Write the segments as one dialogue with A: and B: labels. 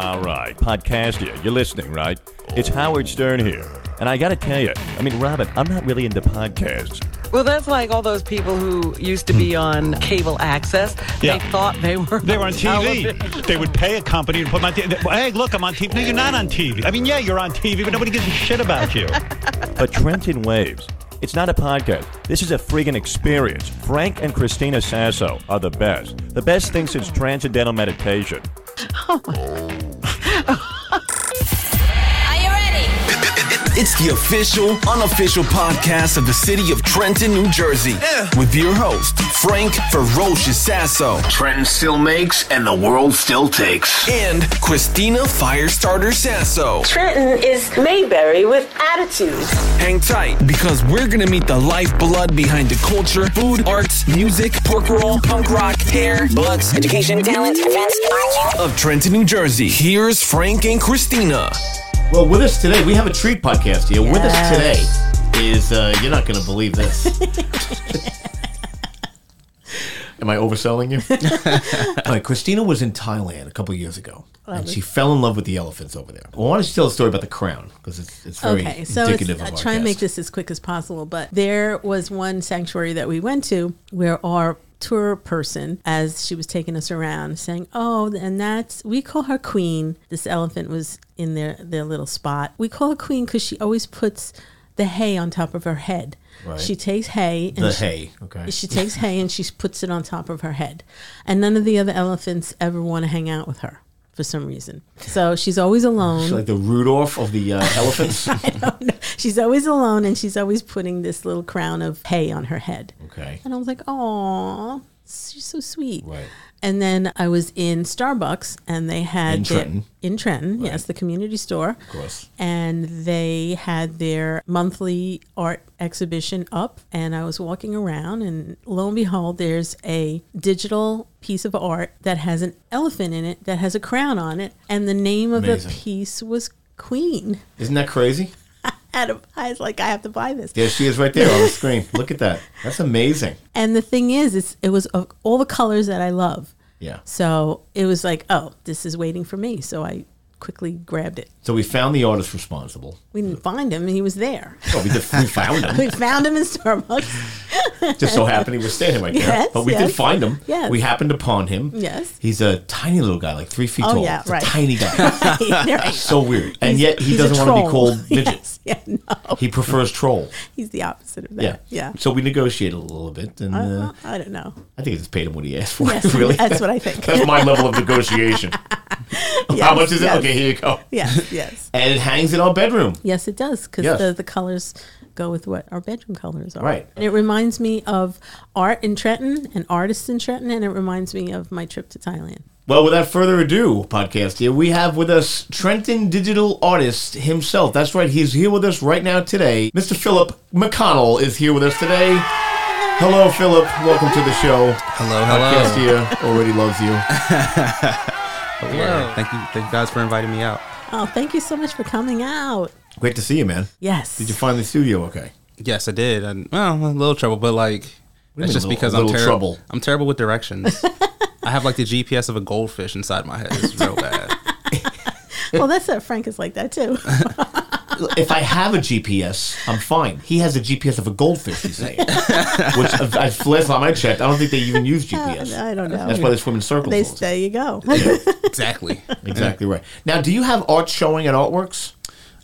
A: All right, podcast here. You're listening, right? It's Howard Stern here. And I gotta tell you, I mean, Robin, I'm not really into podcasts.
B: Well, that's like all those people who used to be on cable access.
C: Hmm. Yeah.
B: They thought they were.
C: They were on
B: television.
C: TV. They would pay a company to put them on TV. Hey, look, I'm on TV. No, you're not on TV. I mean, yeah, you're on TV, but nobody gives a shit about you.
A: But Trenton Waves, it's not a podcast. This is a friggin' experience. Frank and Christina Sasso are the best. The best thing since transcendental meditation.
D: Are you ready?
E: It's the official, unofficial podcast of the city of Trenton, New Jersey, with your host, Frank Ferocious Sasso,
F: Trend still makes and the world still takes.
E: and Christina Firestarter Sasso.
G: Trenton is Mayberry with attitude.
E: Hang tight, because we're going to meet the lifeblood behind the culture, food, arts, music, pork roll, punk rock, hair, butts, education, talent, events, of Trenton, New Jersey. Here's Frank and Christina.
H: Well, with us today, we have a treat podcast here. With us today is, uh, you're not going to believe this. Am I overselling you? All right, Christina was in Thailand a couple years ago, and she fell in love with the elephants over there. Well, why don't you tell a story about the crown? Because it's, it's very
I: Okay, so it's,
H: indicative
I: I
H: of our
I: try and make
H: guest.
I: this as quick as possible, but there was one sanctuary that we went to where our tour person, as she was taking us around, saying, "Oh, and that's we call her Queen." This elephant was in their their little spot. We call her Queen because she always puts the hay on top of her head.
H: Right.
I: She takes hay and
H: the
I: she-
H: hay. Okay.
I: she takes hay and she puts it on top of her head. And none of the other elephants ever want to hang out with her for some reason. So she's always alone.
H: She's like the Rudolph of the uh, elephants.
I: She's always alone and she's always putting this little crown of hay on her head.
H: okay.
I: And I was like, oh, she's so sweet.
H: Right.
I: And then I was in Starbucks and they had
H: In
I: their-
H: Trenton.
I: in Trenton, yes, the community store. Of
H: course.
I: And they had their monthly art exhibition up and I was walking around and lo and behold there's a digital piece of art that has an elephant in it that has a crown on it and the name of
H: Amazing.
I: the piece was Queen.
H: Isn't that crazy?
I: Out of I was like I have to buy this.
H: There she is right there on the screen. Look at that. That's amazing.
I: And the thing is, it's, it was of all the colors that I love.
H: Yeah.
I: So it was like, oh, this is waiting for me. So I quickly grabbed it.
H: So we found the artist responsible.
I: We didn't find him, and he was there.
H: Well, we, did, we found him.
I: We found him in Starbucks.
H: just so happened he was standing right there.
I: Yes,
H: but we
I: yes.
H: did find him.
I: Yes.
H: We happened upon him.
I: Yes.
H: He's a tiny little guy, like three feet
I: Oh,
H: tall.
I: yeah,
H: It's a
I: right.
H: tiny guy.
I: There-
H: so weird. And
I: he's-
H: yet he
I: he's a
H: doesn't want to be
I: troll.
H: called midget.
I: Yes. Yeah, no,
H: He prefers troll.
I: he's the opposite of
H: Yeah.
I: that. Yeah.
H: So we negotiated a little bit, and uh,
I: I don't know.
H: I think I just paid him what he asked for.
I: Yes,
H: really,
I: that's what I think.
H: that's my level of negotiation. How much is
I: yes.
H: it? Okay, here you go.
I: Yes, yes.
H: And it hangs in our bedroom.
I: Yes, it does, because
H: Yes.
I: the, the colors go with what our bedroom colors are.
H: Right.
I: And it reminds me of art in Trenton and artists in Trenton, and it reminds me of my trip to Thailand.
H: Well, without further ado, podcast here, we have with us Trenton digital artist himself. That's right, he's here with us right now today. Mr. Philip McConnell is here with us today. Hello, Philip. Welcome to the show.
J: Hello,
H: Podcast
J: hello.
H: here already loves you.
J: Hello. Thank you, thank you guys for inviting me out.
I: Oh, thank you so much for coming out.
H: Great to see you, man.
I: Yes.
H: Did you find the studio okay?
J: Yes, I did. And well, a little trouble, but like
H: you mean
J: that's just
H: little-
J: because I'm
H: little
J: terrible.
H: trouble?
J: I'm terrible with directions. I have like the GPS of a goldfish inside my head. It's real bad.
I: well, that's that Frank is like that too.
H: If I have a GPS, I'm fine. He has a GPS of a goldfish, he's saying. Which, uh, I, I, last time I checked, I don't think they even use GPS.
I: Uh, I don't know.
H: That's why they swim in circles.
I: They,
H: all the time.
I: there you go.
J: exactly.
H: Exactly right. Now, do you have art showing at Artworks?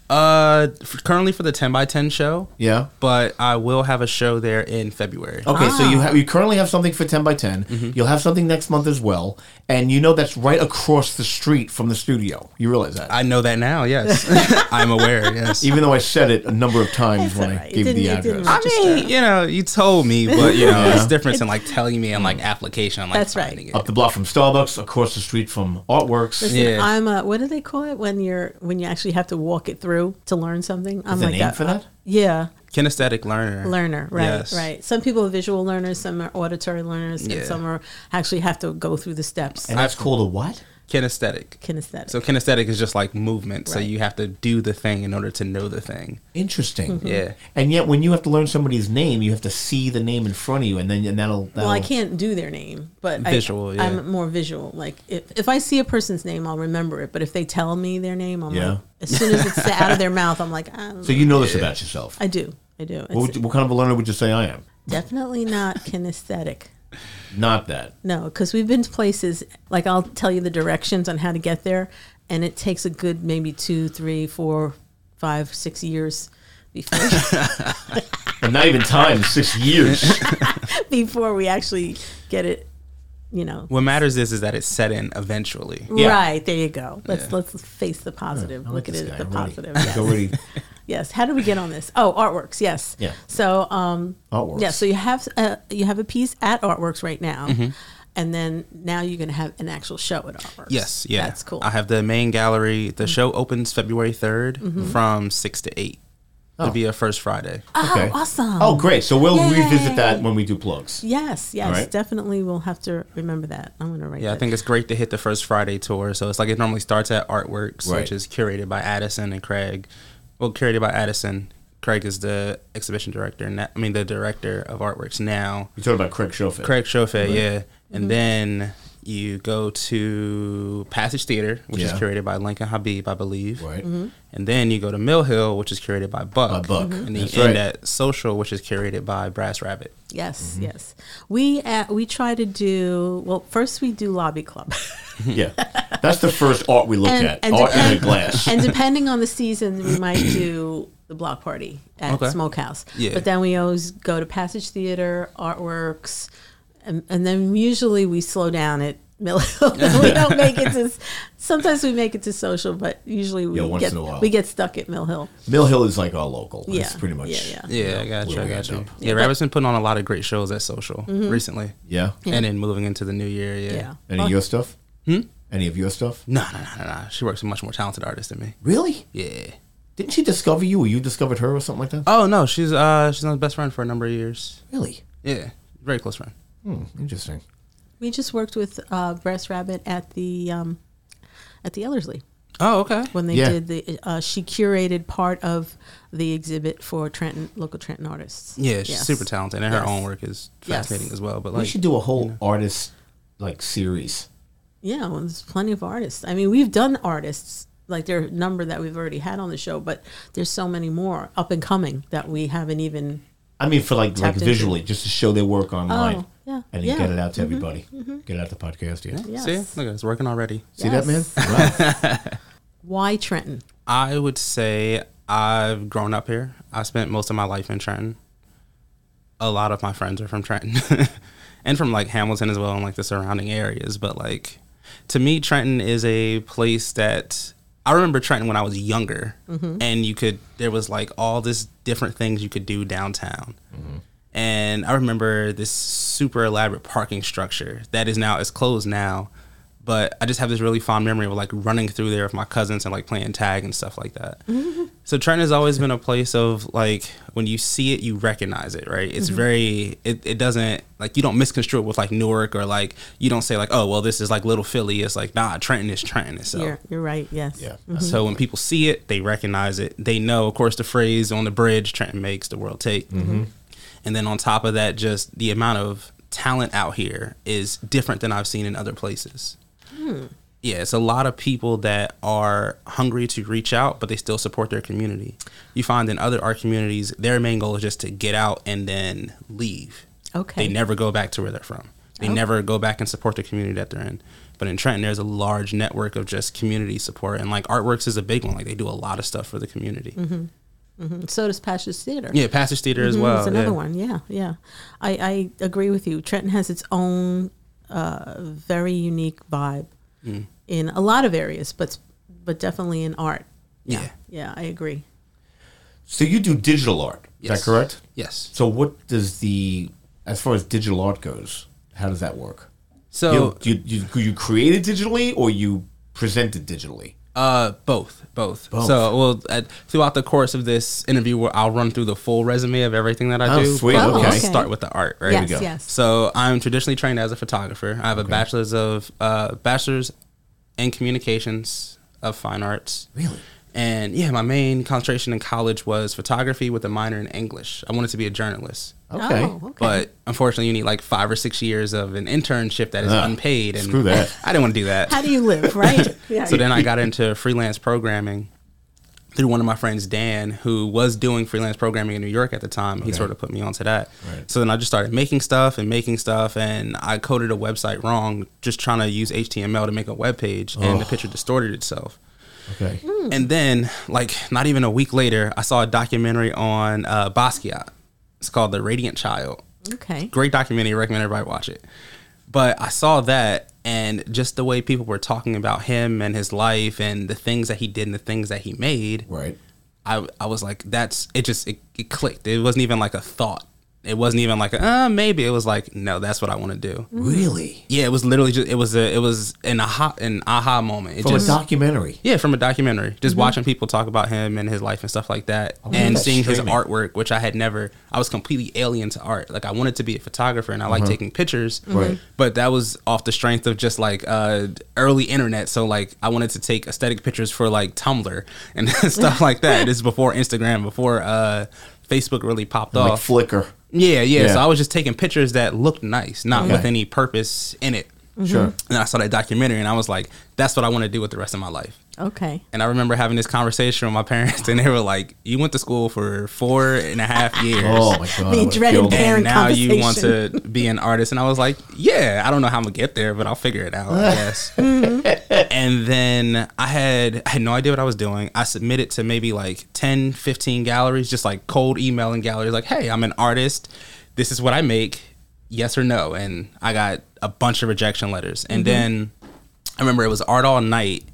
J: Uh, f currently for the 10 by 10 show.
H: Yeah.
J: But I will have a show there in February. Mm-hmm.
H: Okay, so
I: Ah.
H: you have you currently have something for ten by 10 you You'll have something next month as well, and you know that's right across the street from the studio. You realize that,
J: I know that now. Yes, I'm aware. Yes.
H: even though I said it a number of times when
I: all
H: I
I: right.
H: gave you
I: It
H: the
I: didn't- it didn't
H: address.
J: I mean, you know, you told me, but you know, it's different in like telling me and like application. I'm like,
I: That's right.
J: finding it.
H: Up the block from Starbucks, across the street from Artworks.
I: Listen,
J: Yeah.
I: I'm a. What do they call it when you're when you actually have to walk it through to learn something? I'm
H: Is there a
I: like
H: name
I: that.
H: for that?
I: Yeah,
J: Kinesthetic learner.
I: learner. Right,
J: Yes.
I: right. Some people are visual learners, some are auditory learners,
J: Yeah.
I: and some are actually have to go through the steps.
H: And that's called a what?
J: Kinesthetic.
I: Kinesthetic.
J: So kinesthetic is just like movement. So
I: Right.
J: you have to do the thing in order to know the thing.
H: Interesting.
I: Mm-hmm.
J: Mhm. Yeah.
H: And yet, when you have to learn somebody's name, you have to see the name in front of you, and then and that'll. that'll
I: Well, I can't do their name, but
H: Visual,
I: I,
H: yeah.
I: I'm more visual. Like if, if I see a person's name, I'll remember it. But if they tell me their name, I'm
H: Yeah.
I: like, as soon as it's out of their mouth, I'm like, I don't
H: So you know this about yourself.
I: I do, I do. It's
H: What, would you- what kind of a learner would you say I am?
I: definitely not kinesthetic.
H: Not that.
I: No, because we've been to places like I'll tell you the directions on how to get there, and it takes a good maybe two, three, four, five, six years before
H: And not even time. Six years.
I: before we actually get it. You know,
J: What matters is is that it's set in eventually.
I: Right there, you go. Let's let's face the positive.
J: I
I: Look
J: like
I: at
J: this
I: it
J: guy
I: as the
J: already.
I: positive.
J: He's
I: Yes.
J: already-
I: yes. How do we get on this? Oh, artworks. Yes.
J: Yeah.
I: So um,
J: Artworks.
I: Yeah. So you have a, you have a piece at artworks right now,
J: Mhm.
I: and then now you're gonna have an actual show at artworks.
J: Yes, yeah.
I: That's cool. Mm-hmm.
J: I have the main gallery. The show opens February 3rd
I: Mhm.
J: from 6 to 8. It'll be a first Friday.
I: Oh, awesome.
H: Oh, great. So we'll revisit
I: Yay.
H: that when we do plugs.
I: Yes. Yes.
J: Right.
I: Definitely, we'll have to remember that. I'm gonna write.
J: Yeah, I
I: that
J: think it's great to hit the first Friday tour. So it's like it normally starts at Artworks,
I: Right.
J: which is curated by Addison and Craig. Well, curated by Addison. Craig is the exhibition director. Now, I mean, the director of Artworks now.
H: You're talking about Craig Schofield.
J: Craig Schofield,
H: Right.
J: yeah. And
I: Mm-hmm.
H: Mhm.
J: then you go to Passage Theater, which
H: Yeah.
J: is curated by Lincoln Habib, I believe. Right.
I: Mm-hmm.
H: Mhm.
J: And then you go to Mill Hill, which is curated by Buck.
H: By Buck. Mhm.
J: And then you
H: That's
J: end
H: right.
J: at Social, which is curated by Brass Rabbit.
I: Yes,
H: Mm-hmm.
I: yes. We uh, we try to do well. First, we do lobby club.
H: yeah. That's the first art we look at. art in a glass.
I: and depending on the season, we might do the block party at
H: Okay.
I: Smokehouse.
H: Yeah.
I: But then we always go to Passage Theater, Artworks, and, and then usually we slow down at Mill Hill. we don't make it to. Sometimes we make it to social, but usually we
H: Yeah, once
I: get
H: in a while.
I: we get stuck at Mill Hill.
H: Mill Hill is like our local.
I: Yeah.
H: It's pretty much.
I: Yeah,
J: Yeah, I got
H: where
J: you. I
H: we end
J: got you.
H: up.
J: Yeah, Rabbit's been putting on a lot of great shows at Social
I: Mm-hmm.
H: Mhm.
J: recently.
H: Yeah. Yeah.
J: and then moving into the new year. Yeah.
H: Yeah. Any of your stuff?
J: Hmm?
H: Any of your stuff?
J: No, no, no, no, no. She works with much more talented artists than me.
H: Really?
J: Yeah.
H: Didn't she discover you, or you discovered her, or something like that?
J: Oh no, she's uh she's my best friend for a number of years.
H: Really?
J: Yeah, very close friend.
H: Hmm, interesting.
I: We just worked with uh, Brass Rabbit at the um, at the Ellerslie.
J: Oh, okay.
I: When they
J: Yeah.
I: did the, uh, she curated part of the exhibit for Trenton local Trenton artists.
J: Yeah, she's super talented, and her
I: Yes.
J: own work is
I: Yes.
J: fascinating as well. But
H: we
J: like,
H: should do a whole artist like series.
I: Yeah, well, there's plenty of artists. I mean, we've done artists like there are a number that we've already had on the show, but there's so many more up and coming that we haven't even.
H: I mean, for like like
I: Tapped into.
H: visually, just to show their work online.
J: Oh,
I: yeah,
H: And then
I: yeah.
H: get it out to
I: Mhm,
J: Mm-hmm.
H: everybody.
I: mhm.
H: Get it out to podcast. Yeah.
I: Yes.
J: see, look, it's working already.
H: See that, man?
I: Why Trenton?
J: I would say I've grown up here. I spent most of my life in Trenton. A lot of my friends are from Trenton and from like Hamilton as well and like the surrounding areas. But like to me, Trenton is a place that I remember Trenton when I was younger
I: Mm-hmm.
K: Mhm.
J: and you could, there was like all this different things you could do downtown. And I remember this super elaborate parking structure that is now, it's closed now but I just have this really fond memory of like running through there with my cousins and like playing tag and stuff like that. so Trenton has always been a place of like when you see it, you recognize it, right? It's
K: Mhm.
J: very it, it doesn't like you don't misconstrue it with like Newark or like you don't say like oh well this is like little Philly. It's like nah Trenton is Trenton itself.
I: You're, you're right. Yes. Mm-hmm. Yeah.
J: So when people see it, they recognize it. They know, of course, the phrase on the bridge Trenton makes the world take.
I: Mhm.
J: And then on top of that, just the amount of talent out here is different than I've seen in other places. Yeah, it's a lot of people that are hungry to reach out, but they still support their community. You find in other art communities, their main goal is just to get out and then leave.
I: Okay.
J: They never go back to where they're from. They
I: Oh.
J: never go back and support the community that they're in. But in Trenton, there's a large network of just community support, and like Artworks is a big one. Like they do a lot of stuff for the community.
I: hmm hmm So does Passage Theater.
J: Yeah, Passage Theater as
I: Mhm,
J: well,
I: It's another
J: yeah.
I: one. Yeah, yeah. I, I agree with you. Trenton has its own uh, very unique vibe
J: Mm.
I: in a lot of areas, but but definitely in art.
J: Yeah.
I: yeah. I agree.
H: So you do digital art. Is
J: Yes.
H: that correct?
J: Yes.
H: So what does the as far as digital art goes, how does that work?
J: So-
H: you you, you, you create it digitally or you present it digitally?
J: Uh, both, both.
H: Both.
J: So, well, at, throughout the course of this interview, where I'll run through the full resume of everything that I
H: Oh,
J: do.
H: sweet.
J: but
H: Oh,
J: I'll
H: okay.
J: Start with the art. Right.
H: There we Yes, go. yes.
J: So, I'm traditionally trained as a photographer. I have a bachelor's of uh, bachelor's and communications of fine arts. Really? And yeah, my main concentration in college was photography with a minor in English. I wanted to be a journalist.
H: Okay. Oh, okay.
J: But unfortunately, you need like five or six years of an internship that is
H: Ah,
J: unpaid. And
H: screw that.
J: I didn't want to do that.
I: How do you live, right? Yeah.
J: So then I got into freelance programming through one of my friends, Dan, who was doing freelance programming in New York at the time. um, He
K: Okay.
J: sort of put me onto that.
K: Right.
J: So then I just started making stuff and making stuff, and I coded a website wrong, just trying to use HTML to make a web page, and the
K: Oh.
J: picture distorted itself.
H: Okay.
J: And then, like, not even a week later, I saw a documentary on uh, Basquiat. It's called The Radiant Child.
I: Okay.
J: Great documentary. Recommend everybody watch it. But I saw that and just the way people were talking about him and his life and the things that he did and the things that he made.
H: Right.
J: I I was like, that's it. Just it, it clicked. It wasn't even like a thought. It wasn't even like a uh, maybe. It was like no, that's what I want to do.
H: Really?
J: Yeah. It was literally just it was a it was an aha an aha moment. It
H: From a
J: just,
H: documentary.
J: yeah, from a documentary. Just
H: Mhm.
J: watching people talk about him and his life and stuff like that,
H: I wonder
J: and
H: if Oh, that's
J: seeing his
H: streaming.
J: artwork, which I had never. I was completely alien to art. Like I wanted to be a photographer, and I like
K: Uh-huh.
J: taking pictures.
K: Right. Mm-hmm.
J: But that was off the strength of just like uh, early internet. So like I wanted to take aesthetic pictures for like Tumblr and stuff like that. This is before Instagram, before uh, Facebook really popped
H: Like
J: off.
H: Flickr.
J: Yeah, yeah,
H: Yeah.
J: So I was just taking pictures that looked nice, not
H: Okay.
J: with any purpose in it.
H: Mm-hmm.
I: Sure.
J: And then I saw that documentary, and I was like, "That's what I want to do with the rest of my life."
I: Okay.
J: And I remember having this conversation with my parents, and they were like, "You went to school for four and a half years.
H: Oh, my God, I The would've dreaded killed them.
J: And
H: parent
J: now you want to
H: conversation.
J: be an artist?" And I was like, "Yeah, I don't know how I'm gonna get there, but I'll figure it out, I guess." and then I had I had no idea what I was doing. I submitted to maybe like 10, 15 galleries, just like cold emailing galleries, like, "Hey, I'm an artist. This is what I make. Yes or no?" And I got a bunch of rejection letters, and
K: Mhm.
J: then. I remember it was art all night.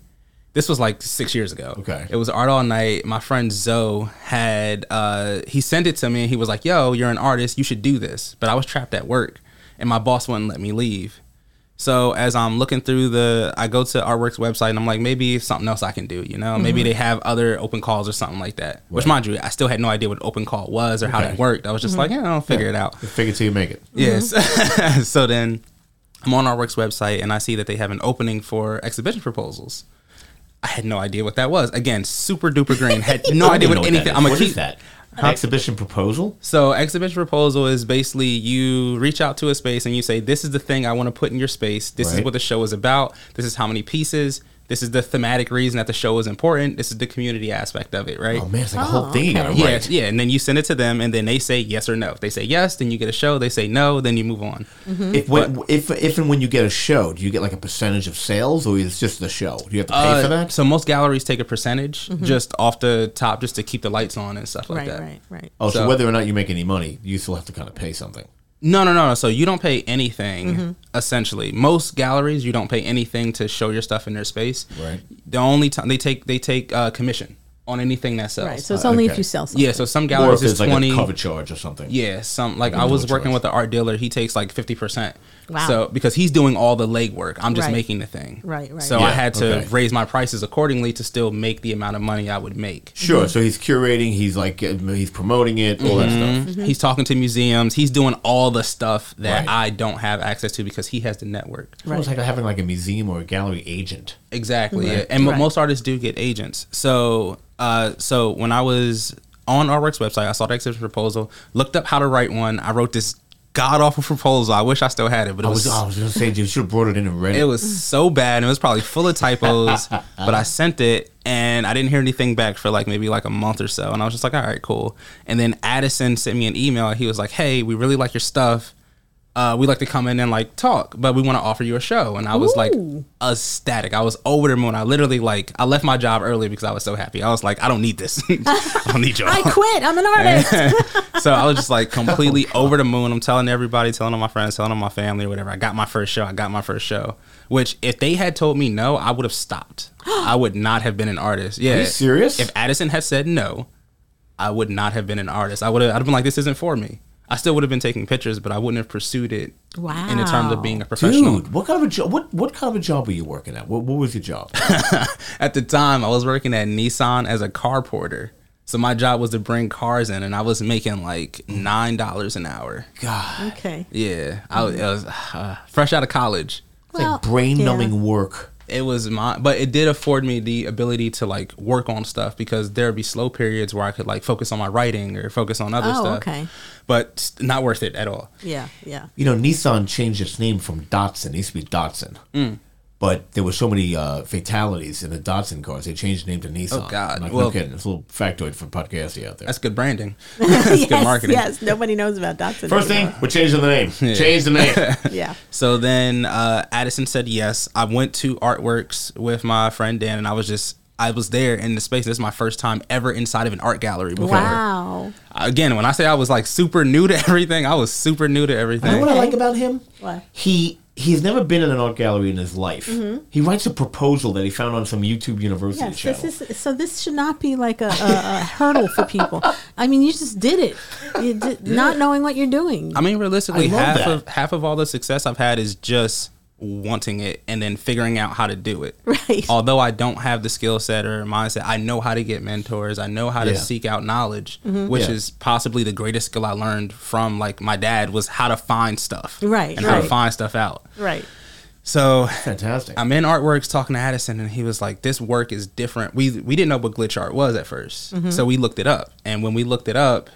J: This was like six years ago. Okay. It was art all night. My friend Zoe had uh he sent it to me and he was like, Yo, you're an artist, you should do this. But I was trapped at work and my boss wouldn't let me leave. So as I'm looking through the I go to Artworks website and I'm like, maybe it's something else I can do, you know? Maybe
K: Mhm.
J: they have other open calls or something like that. Which
K: Right.
J: mind you, I still had no idea what open call was or how
K: Okay.
J: that worked. I was just
K: Mhm.
J: like, yeah, I'll figure it
K: Yeah.
J: out.
H: Figure it till you make it.
J: Yes. so then I'm on Artworks website and I see that they have an opening for exhibition proposals. I had no idea what that was. Again, super duper green. Had no
H: I don't
J: idea
H: even
J: what
H: know what
J: anything.
H: that
J: I'm a
H: is. What
J: keep,
H: is that? An
J: Huh?
H: exhibition proposal?
J: So exhibition proposal is basically you reach out to a space and you say, "This is the thing I want to put in your space. This is
K: Right.
J: what the show is about. This is how many pieces. This is the thematic reason that the show is important. This is the community aspect of it, right?
H: Oh, man, it's like a whole Oh, thing you gotta okay.
J: Yeah,
H: write.
J: yeah. And then you send it to them, and then they say yes or no. If they say yes, then you get a show. They say no, then you move on.
H: If, when, if if and when you get a show, do you get like a percentage of sales, or it's just the show? Do you have to pay
J: Uh,
H: for that?
J: So most galleries take a percentage
H: Mhm.
J: just off the top, just to keep the lights on and stuff like
I: Right,
J: that.
I: right, right.
H: Oh, so, whether or not you make any money, you still have to kind of pay something.
J: No, no, no, no. So you don't pay anything
I: Mm-hmm.
H: Mhm.
J: essentially. Most galleries you don't pay anything to show your stuff in their space.
H: Right.
J: The only time they take they take uh, commission on anything that sells.
I: Right, so it's Uh, only if okay. you sell
J: Yeah. So
H: Or
J: some
H: if
J: galleries Oh, is
H: there's, like, a
J: twenty
H: cover charge or something.
J: Yeah. Some
H: Like
J: like
H: a
J: I was
H: cover
J: working
H: charge.
J: with an art dealer. He takes like fifty percent.
I: Wow.
J: So because he's doing all the legwork, I'm just
I: Right.
J: making the thing.
I: Right, right.
J: So
H: Yeah,
J: I had to
H: okay.
J: raise my prices accordingly to still make the amount of money I would make.
H: Sure. So he's curating. He's like uh, he's promoting it. All that
J: Mhm.
I: Mm-hmm.
H: stuff.
J: He's talking to museums. He's doing all the stuff that
H: Right.
J: I don't have access to because he has the network.
H: It's almost like having like a museum or a gallery agent.
J: Exactly.
H: Right.
J: yeah. And mo-
H: Right.
J: most artists do get agents. So, uh, so when I was on Artworks website, I saw the exhibition proposal, looked up how to write one. I wrote this god awful proposal. I wish I still had it, but it
H: I
J: was,
H: was, I was gonna say, you should have brought it in and read it.
J: it was so bad. And it was probably full of typos, but I sent it and I didn't hear anything back for like maybe like a month or so. And I was just like, all right, cool. And then Addison sent me an email. He was like, hey, we really like your stuff. Uh, we like to come in and like talk, but we want to offer you a show. And I was like
K: Ooh.
J: ecstatic. I was over the moon. I literally like I left my job early because I was so happy. I was like, I don't need this. I don't need y'all.
I: I quit. I'm an artist.
J: so I was just like completely
H: Oh,
J: over the moon. I'm telling everybody, telling all my friends, telling all my family or whatever. I got my first show. I got my first show. Which if they had told me no, I would have stopped. I would not have been an artist. Yeah.
H: you serious?
J: If Addison had said no, I would not have been an artist. I would have I'd have been like, this isn't for me. I still would have been taking pictures, but I wouldn't have pursued it
I: Wow.
J: in the terms of being a professional.
H: Dude, what kind of a job? What what kind of a job were you working at? What, what was your job?
J: at the time, I was working at Nissan as a car porter. So my job was to bring cars in, and I was making like nine dollars an hour.
H: God.
I: Okay. Mm.
J: Yeah, I was, I was uh, fresh out of college.
I: Well,
H: brain numbing work.
J: it was my but it did afford me the ability to like work on stuff because there would be slow periods where i could like focus on my writing or focus on other
I: Oh,
J: stuff
I: okay.
J: but s- not worth it at all
I: Yeah, yeah.
H: You know, Nissan changed its name from Datsun. It used to be Datsun.
J: Mm.
H: But there were so many uh, fatalities in the Datsun cars, they changed the name to Nissan.
J: Oh, God.
H: I'm like,
J: Well-
H: no kidding. It's a little factoid for podcasty out there.
J: that's good branding that's good
I: yes,
J: marketing
I: yes. Nobody knows about Datsun.
H: First thing,
I: anymore.
H: we're changing the name.
J: Yeah.
H: Change the name.
I: Yeah.
J: So then uh, Addison said yes. I went to Artworks with my friend Dan, and I was just I was there in the space. This is my first time ever inside of an art gallery before.
I: Wow.
J: Again, when I say I was like super new to everything, I was super new to
H: You know
J: everything.
H: what I like about him?
I: What?
H: He he's never been in an art gallery in his life. He writes a proposal that he found on some YouTube university
I: Mm-hmm. Yes,
H: channel.
I: this is so. This should not be like a, a, a hurdle for people. I mean, you just did it, you did, not knowing what you're doing.
J: I mean, realistically,
H: I love
J: half
H: that.
J: of half of all the success I've had is just wanting it and then figuring out how to do it.
I: Right.
J: Although I don't have the skill set or mindset, I know how to get mentors. I know how to
H: Yeah. Mm-hmm.
J: seek out knowledge, which
H: Yeah.
J: is possibly the greatest skill I learned from like my dad was how to find stuff.
I: Right,
J: And how to
I: right.
J: find stuff out.
I: right.
J: So
H: Fantastic.
J: I'm in artworks talking to Addison, and he was like, "This work is different." We we didn't know what glitch art was at 1st
H: Mm-hmm.
J: so we looked it up. And when we looked it up,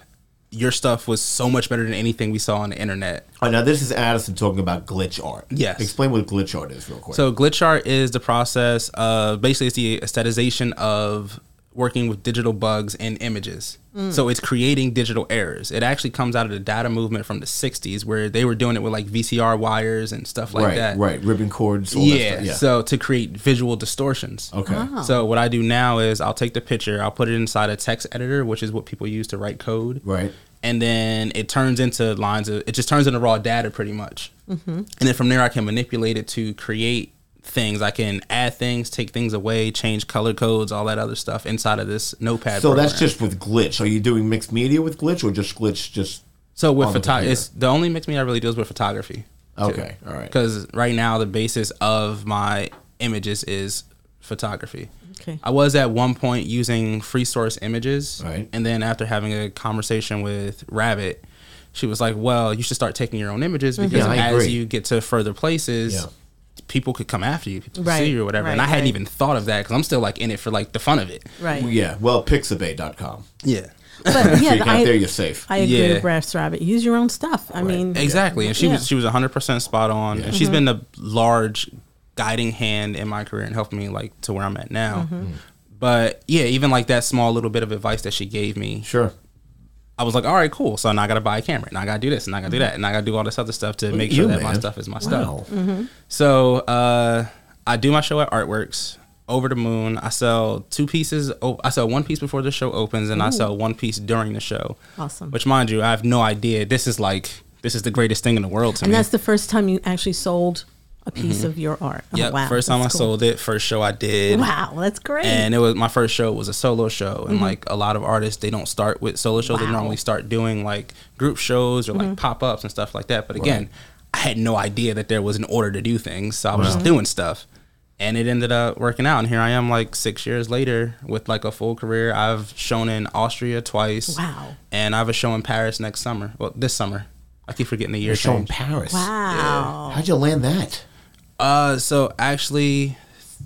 J: your stuff was so much better than anything we saw on the internet.
H: oh, now this is Addison talking about glitch art.
J: Yes.
H: Explain what glitch art is real quick.
J: So glitch art is the process of basically it's the aesthetization of working with digital bugs in images.
H: Mm.
J: So it's creating digital errors. It actually comes out of the data movement from the 60s where they were doing it with like VCR wires and stuff like
H: right,
J: that.
H: right. Ribbon cords. All That
J: Yeah,
H: stuff. Yeah.
J: So to create visual distortions.
H: okay.
J: So what I do now is I'll take the picture, I'll put it inside a text editor, which is what people use to write code.
H: Right.
J: And then it turns into lines of it just turns into raw data pretty much. And then from there I can manipulate it to create things. I can add things, take things away, change color codes, all that other stuff inside of this notepad.
H: So that's
J: program.
H: just with glitch. Are you doing mixed media with glitch or just glitch? Just
J: so with
H: on the
J: photography.
H: computer.
J: It's the only mix me I really deals with photography.
H: okay. All right.
J: Because right now the basis of my images is photography.
I: Okay.
J: I was at one point using free source images.
H: Right.
J: And then after having a conversation with Rabbit, she was like, Well, you should start taking your own images
I: Mm-hmm.
J: because
H: Yeah, I
J: as
H: agree.
J: you get to further places,
H: Yeah.
J: people could come after you, people could
I: Right,
J: see you or whatever. and I
I: right,
J: hadn't
I: right.
J: even thought of that because I'm still like in it for like the fun of it.
I: Right.
H: Yeah. Well, pixabay.com.
J: Yeah.
I: But yeah,
H: So you got
I: I,
H: there. You're safe.
I: I agree
J: Yeah.
I: with Brass Rabbit. Use your own stuff. I mean,
J: Exactly. And she
I: Yeah. Mm-hmm.
J: was she was 100% spot on. And she's been a large guiding hand in my career and helped me like to where I'm at now.
I: Mm-hmm.
J: But yeah, even like that small little bit of advice that she gave me,
H: Sure.
J: I was like, all right, cool. So now I got to buy a camera, and I got to do this, and I got to do that, and I got to do all this other stuff to make
H: at
J: sure
H: you,
J: that my
H: man.
J: stuff is my
H: Wow.
J: stuff.
I: Mm-hmm.
J: So uh, I do my show at Artworks, over the moon. I sell two pieces. Oh, I sell one piece before the show opens, and I sell one piece during the show.
I: Awesome.
J: Which, mind you, I have no idea. This is like this is the greatest thing in the world to
I: and
J: me.
I: that's the first time you actually sold a piece of your art. Oh,
J: yeah,
I: wow,
J: Mm-hmm. first time I
I: that's cool.
J: sold it, first show I did.
I: Wow, that's great.
J: and it was my first show was a solo show and like a lot of artists they don't start with solo shows they
I: Mm-hmm. Wow. Mm-hmm.
J: normally start doing like group shows or like pop-ups and stuff like that but again i had no idea that there was an order to do things so i was just doing stuff and it ended up working out and here i am like six years later with like a full career i've shown in austria twice
I: Wow.
J: and i have a show in paris next summer well this summer i keep forgetting the year
H: You're showing
J: change.
H: Paris.
I: wow.
H: How'd you land that?
J: Uh, so actually,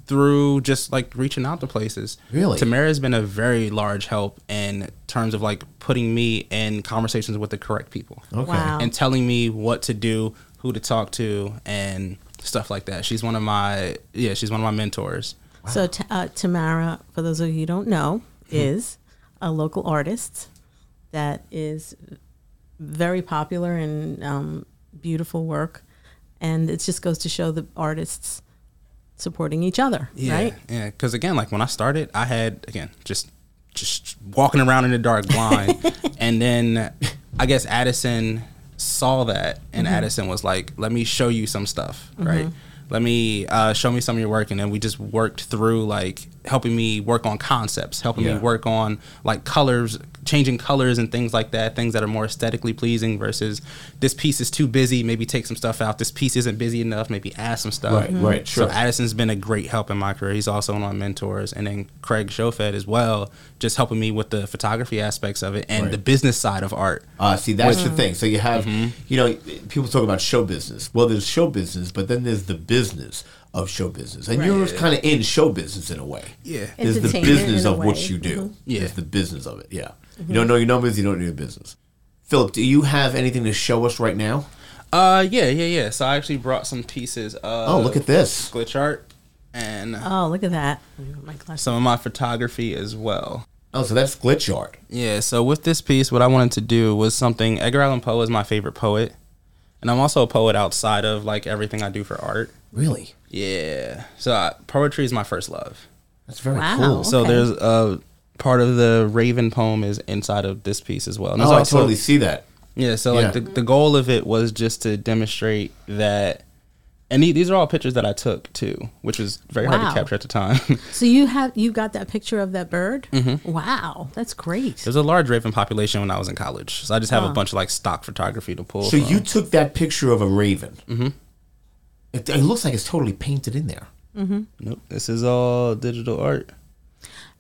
J: through just like reaching out to places.
H: Really?
J: Tamara has been a very large help in terms of like putting me in conversations with the correct people
I: Oh, Wow.
J: and telling me what to do, who to talk to, and stuff like that. She's one of my yeah, she's one of my mentors.
I: So t- uh, Tamara, for those of you who don't know,
J: Hmm.
I: is a local artist that is very popular and um, beautiful work, and it just goes to show the artists supporting each other,
J: Yeah,
I: right?
J: Yeah, because again, like when I started, I had again just just walking around in the dark blind, and then I guess Addison saw that, and Addison was like, "Let me show you some stuff, right? Let me uh, show me some of your work," and then we just worked through like helping me work on concepts, helping
H: Yeah.
J: me work on like colors, changing colors and things like that, things that are more aesthetically pleasing versus this piece is too busy, maybe take some stuff out. This piece isn't busy enough, maybe add some stuff.
H: Right, right, sure.
J: Mm-hmm. So Addison's been a great help in my career. He's also one of my mentors, and then Craig Schofed as well, just helping me with the photography aspects of it and
H: Right.
J: the business side of art.
H: Uh, see, that's
J: Mm-hmm.
H: the thing. So you have, you know, people talk about show business. Well, there's show business, but then there's the business of show business, and
J: Right.
H: you're kind of in show business in a way.
J: Yeah.
H: is the
J: Entertainment
H: business
J: in a
H: of what
J: way.
H: you do.
J: Mhm. Yeah.
H: it's the business of it. Yeah,
J: Mhm.
H: you don't know your numbers, you don't know your business. Philip, do you have anything to show us right now?
J: Uh, yeah, yeah, yeah. So I actually brought some pieces. Of
H: Oh, look at this.
J: glitch art and
I: Oh, look at that. Let me put my glasses-
J: some of my photography as well.
H: Oh, so that's glitch art.
J: Yeah. So with this piece, what I wanted to do was something. Edgar Allan Poe is my favorite poet, and I'm also a poet outside of like everything I do for art.
H: Really?
J: Yeah. So I, poetry is my first love.
H: That's very
K: Wow, cool.
J: So
K: okay.
J: there's a part of the Raven poem is inside of this piece as well. And
H: Oh,
J: there's
H: I totally see that.
J: Yeah. So like
H: Yeah.
J: the, the goal of it was just to demonstrate that. And the- these are all pictures that I took too, which was very hard
I: Wow.
J: to capture at the time.
I: So you have you got that picture of that bird?
J: Mhm.
I: Wow, that's great.
J: There's a large raven population when I was in college, so I just have
I: Huh.
J: a bunch of like stock photography to pull.
H: So
J: from.
H: you took that picture of a raven.
J: Mm-hmm.
H: It, it looks like it's totally painted in there.
I: Mm-hmm.
J: Nope, this is all digital art.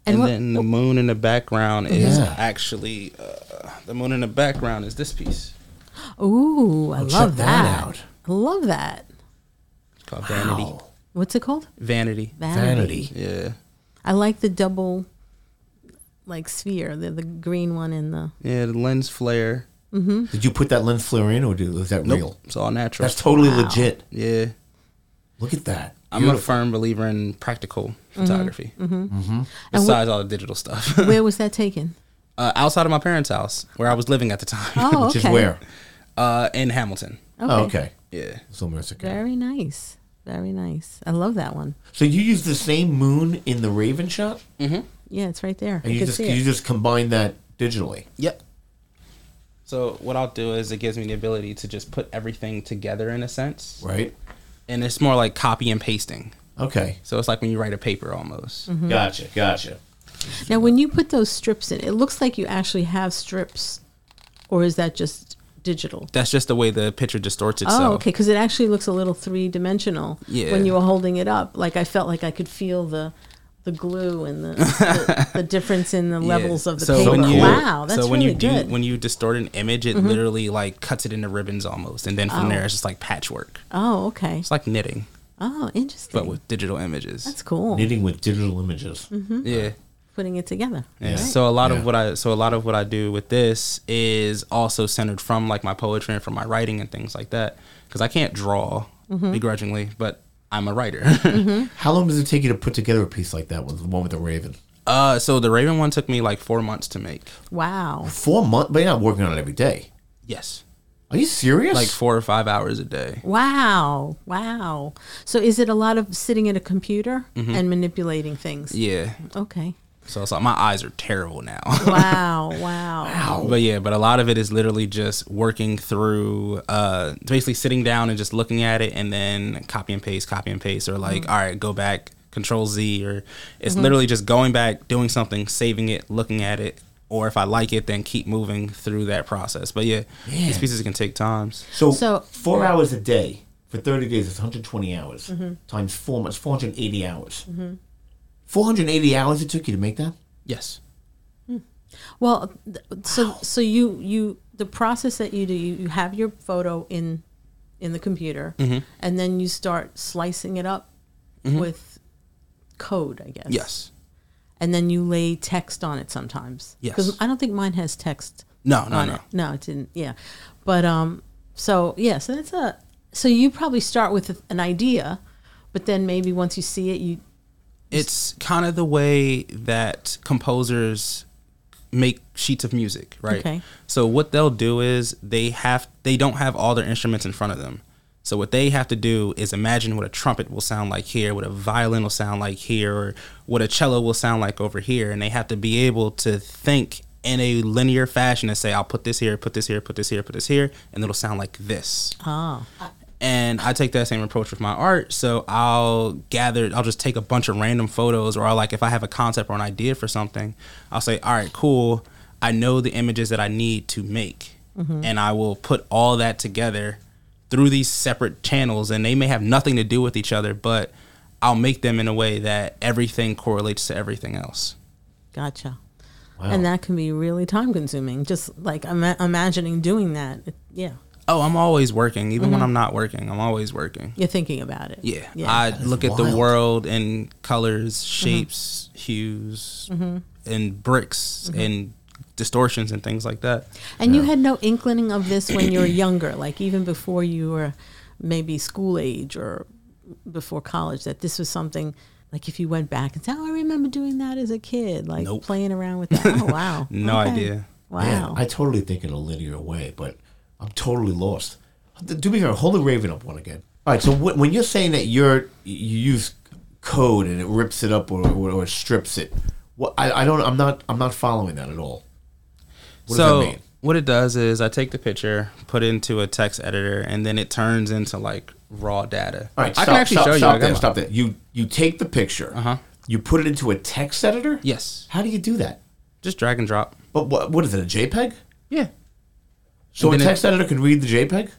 I: And
J: And,
I: what-
J: then the moon in the background is
I: Yeah.
J: actually uh, the moon in the background is this piece
I: Ooh, I
J: Oh, check
I: love
J: that
I: that.
J: out.
I: I love that.
J: It's called Vanity.
I: What's it called?
J: Vanity.
I: Vanity.
J: Yeah.
I: I like the double, like sphere, the the green one and the.
J: Yeah, the lens flare.
I: Mm-hmm.
H: Did you put that lens flare in, or did, was that
J: Nope,
H: real?
J: It's all natural.
H: That's totally legit.
J: Yeah.
H: Look at that.
J: I'm a firm believer in practical
I: Mhm,
J: photography.
I: mhm.
H: Mm-hmm.
I: Mhm. And wh-
J: Besides all the digital stuff.
I: Where was that taken?
J: uh, outside of my parents' house where I was living at the time.
I: Oh, Which is okay. where?
J: Uh, in Hamilton.
H: Oh, okay.
J: Yeah.
H: So Mercer County.
I: Very nice. Very nice. I love that one.
H: So you use the same moon in the Raven shot,
J: Mm-hmm.
I: Yeah, it's right there.
H: and
I: I
H: you
I: can
H: just
I: see it.
H: you just combine that digitally.
J: Yep. So what I'll do is it gives me the ability to just put everything together in a sense.
H: Right.
J: And it's more like copy and pasting.
H: Okay.
J: So it's like when you write a paper almost.
I: Mhm. Gotcha,
H: Gotcha.
I: Now, when you put those strips in, it looks like you actually have strips, or is that just digital?
J: That's just the way the picture distorts itself.
I: Oh, okay, because it actually looks a little three dimensional
J: uh, Yeah.
I: when you were holding it up. Like I felt like I could feel the the glue and the the, the difference in the
J: Yeah.
I: levels of the
J: So
I: paper.
J: when you-
I: wow, that's
J: so when
I: really
J: you do
I: good.
J: when you distort an image, it
I: Mhm.
J: literally like cuts it into ribbons almost, and then from
I: Oh.
J: there it's just like patchwork.
I: oh, okay.
J: It's like knitting,
I: Oh, interesting.
J: but with digital images.
I: That's cool.
H: Knitting with digital images.
I: Mhm.
J: Yeah.
I: Putting it together.
J: Yeah.
I: Right.
J: So a lot
H: Yeah.
J: of what I so a lot of what I do with this is also centered from like my poetry and from my writing and things like that because I can't draw
H: Mhm.
J: begrudgingly, but I'm a writer.
H: How long does it take you to put together a piece like that with the one with the Raven?
J: uh, so the Raven one took me like four months to make.
I: Wow.
H: Four months, but you're not working on it every day.
J: Yes.
H: Are you serious?
J: Like four or five hours a day.
I: Wow. Wow. So is it a lot of sitting at a computer
J: Mhm.
I: and manipulating things?
J: Yeah.
I: Okay.
J: So it's like my eyes are terrible now.
I: Wow. wow.
J: But yeah, but a lot of it is literally just working through, uh, basically sitting down and just looking at it, and then copy and paste, copy and paste, or like,
K: Mhm.
J: all right, go back, Control Z, or it's
K: Mhm.
J: literally just going back, doing something, saving it, looking at it, or if I like it, then keep moving through that process. But yeah, these
H: Man.
J: pieces can take times.
H: So, four hours a day for 30 days is 120 hours
J: Mhm.
H: times four months, 480 hours.
I: Mhm.
H: 480 hours it took you to make that?
J: Yes.
I: Well, th- so so you you the process that you do you, you have your photo in in the computer
J: Mhm.
I: and then you start slicing it up with code, I guess.
J: Yes.
I: And then you lay text on it sometimes.
J: Yes.
I: I don't think mine has text.
J: No, no,
I: on
J: no.
I: It. No, it didn't. Yeah. But um so yeah, so that's a so you probably start with an idea, but then maybe once you see it you
J: It's kind of the way that composers make sheets of music, right?
I: Okay.
J: So what they'll do is they have they don't have all their instruments in front of them. So what they have to do is imagine what a trumpet will sound like here, what a violin will sound like here, or what a cello will sound like over here, and they have to be able to think in a linear fashion and say, I'll put this here, put this here, put this here, put this here, and it'll sound like this.
I: Oh.
J: And I take that same approach with my art. So I'll gather, I'll just take a bunch of random photos, or I'll like if I have a concept or an idea for something, I'll say, all right, cool. I know the images that I need to make.
K: Mhm.
J: And I will put all that together through these separate channels. And they may have nothing to do with each other, but I'll make them in a way that everything correlates to everything else.
I: Gotcha.
J: Wow.
H: Oh.
I: And that can be really time consuming. Just like I'm imagining doing that. It- yeah.
J: Oh, I'm always working. Even when
I: Mhm.
J: I'm not working, I'm always working.
I: You're thinking about it.
J: Yeah.
I: Yeah.
J: I
I: That is
J: look at
I: wild. Mm-hmm.
J: the world in colors, shapes, hues,
I: Mhm.
J: and bricks
I: Mhm.
J: and distortions and things like that.
I: And you had no inkling of this when you were younger, like even before you were maybe school age or before college, that this was something like if you went back and said, Oh, I remember doing that as a kid, like
J: Nope.
I: playing around with that. Oh, wow.
J: No
I: Okay.
J: idea.
I: Wow.
H: Man, I totally think in a linear way, but I'm totally lost. Do me a favor, hold the Raven up one again. All right, so wh- when you're saying that you're you use code and it rips it up or, or, or strips it, what I, I don't I'm not I'm not following that at all. What
J: so
H: does that mean?
J: what it does is I take the picture, put it into a text editor, and then it turns into like raw data.
H: All right,
J: I
H: stop,
J: can actually
H: stop,
J: show you.
H: stop
J: I got
H: That,
J: my-
H: stop that. You you take the picture. Uh huh. You put it into a text editor.
J: Uh-huh. Yes.
H: How do you do that?
J: Just drag and drop.
H: But what what is it? A JPEG?
J: Yeah.
H: So a
J: And then it-
H: text editor could read the JPEG.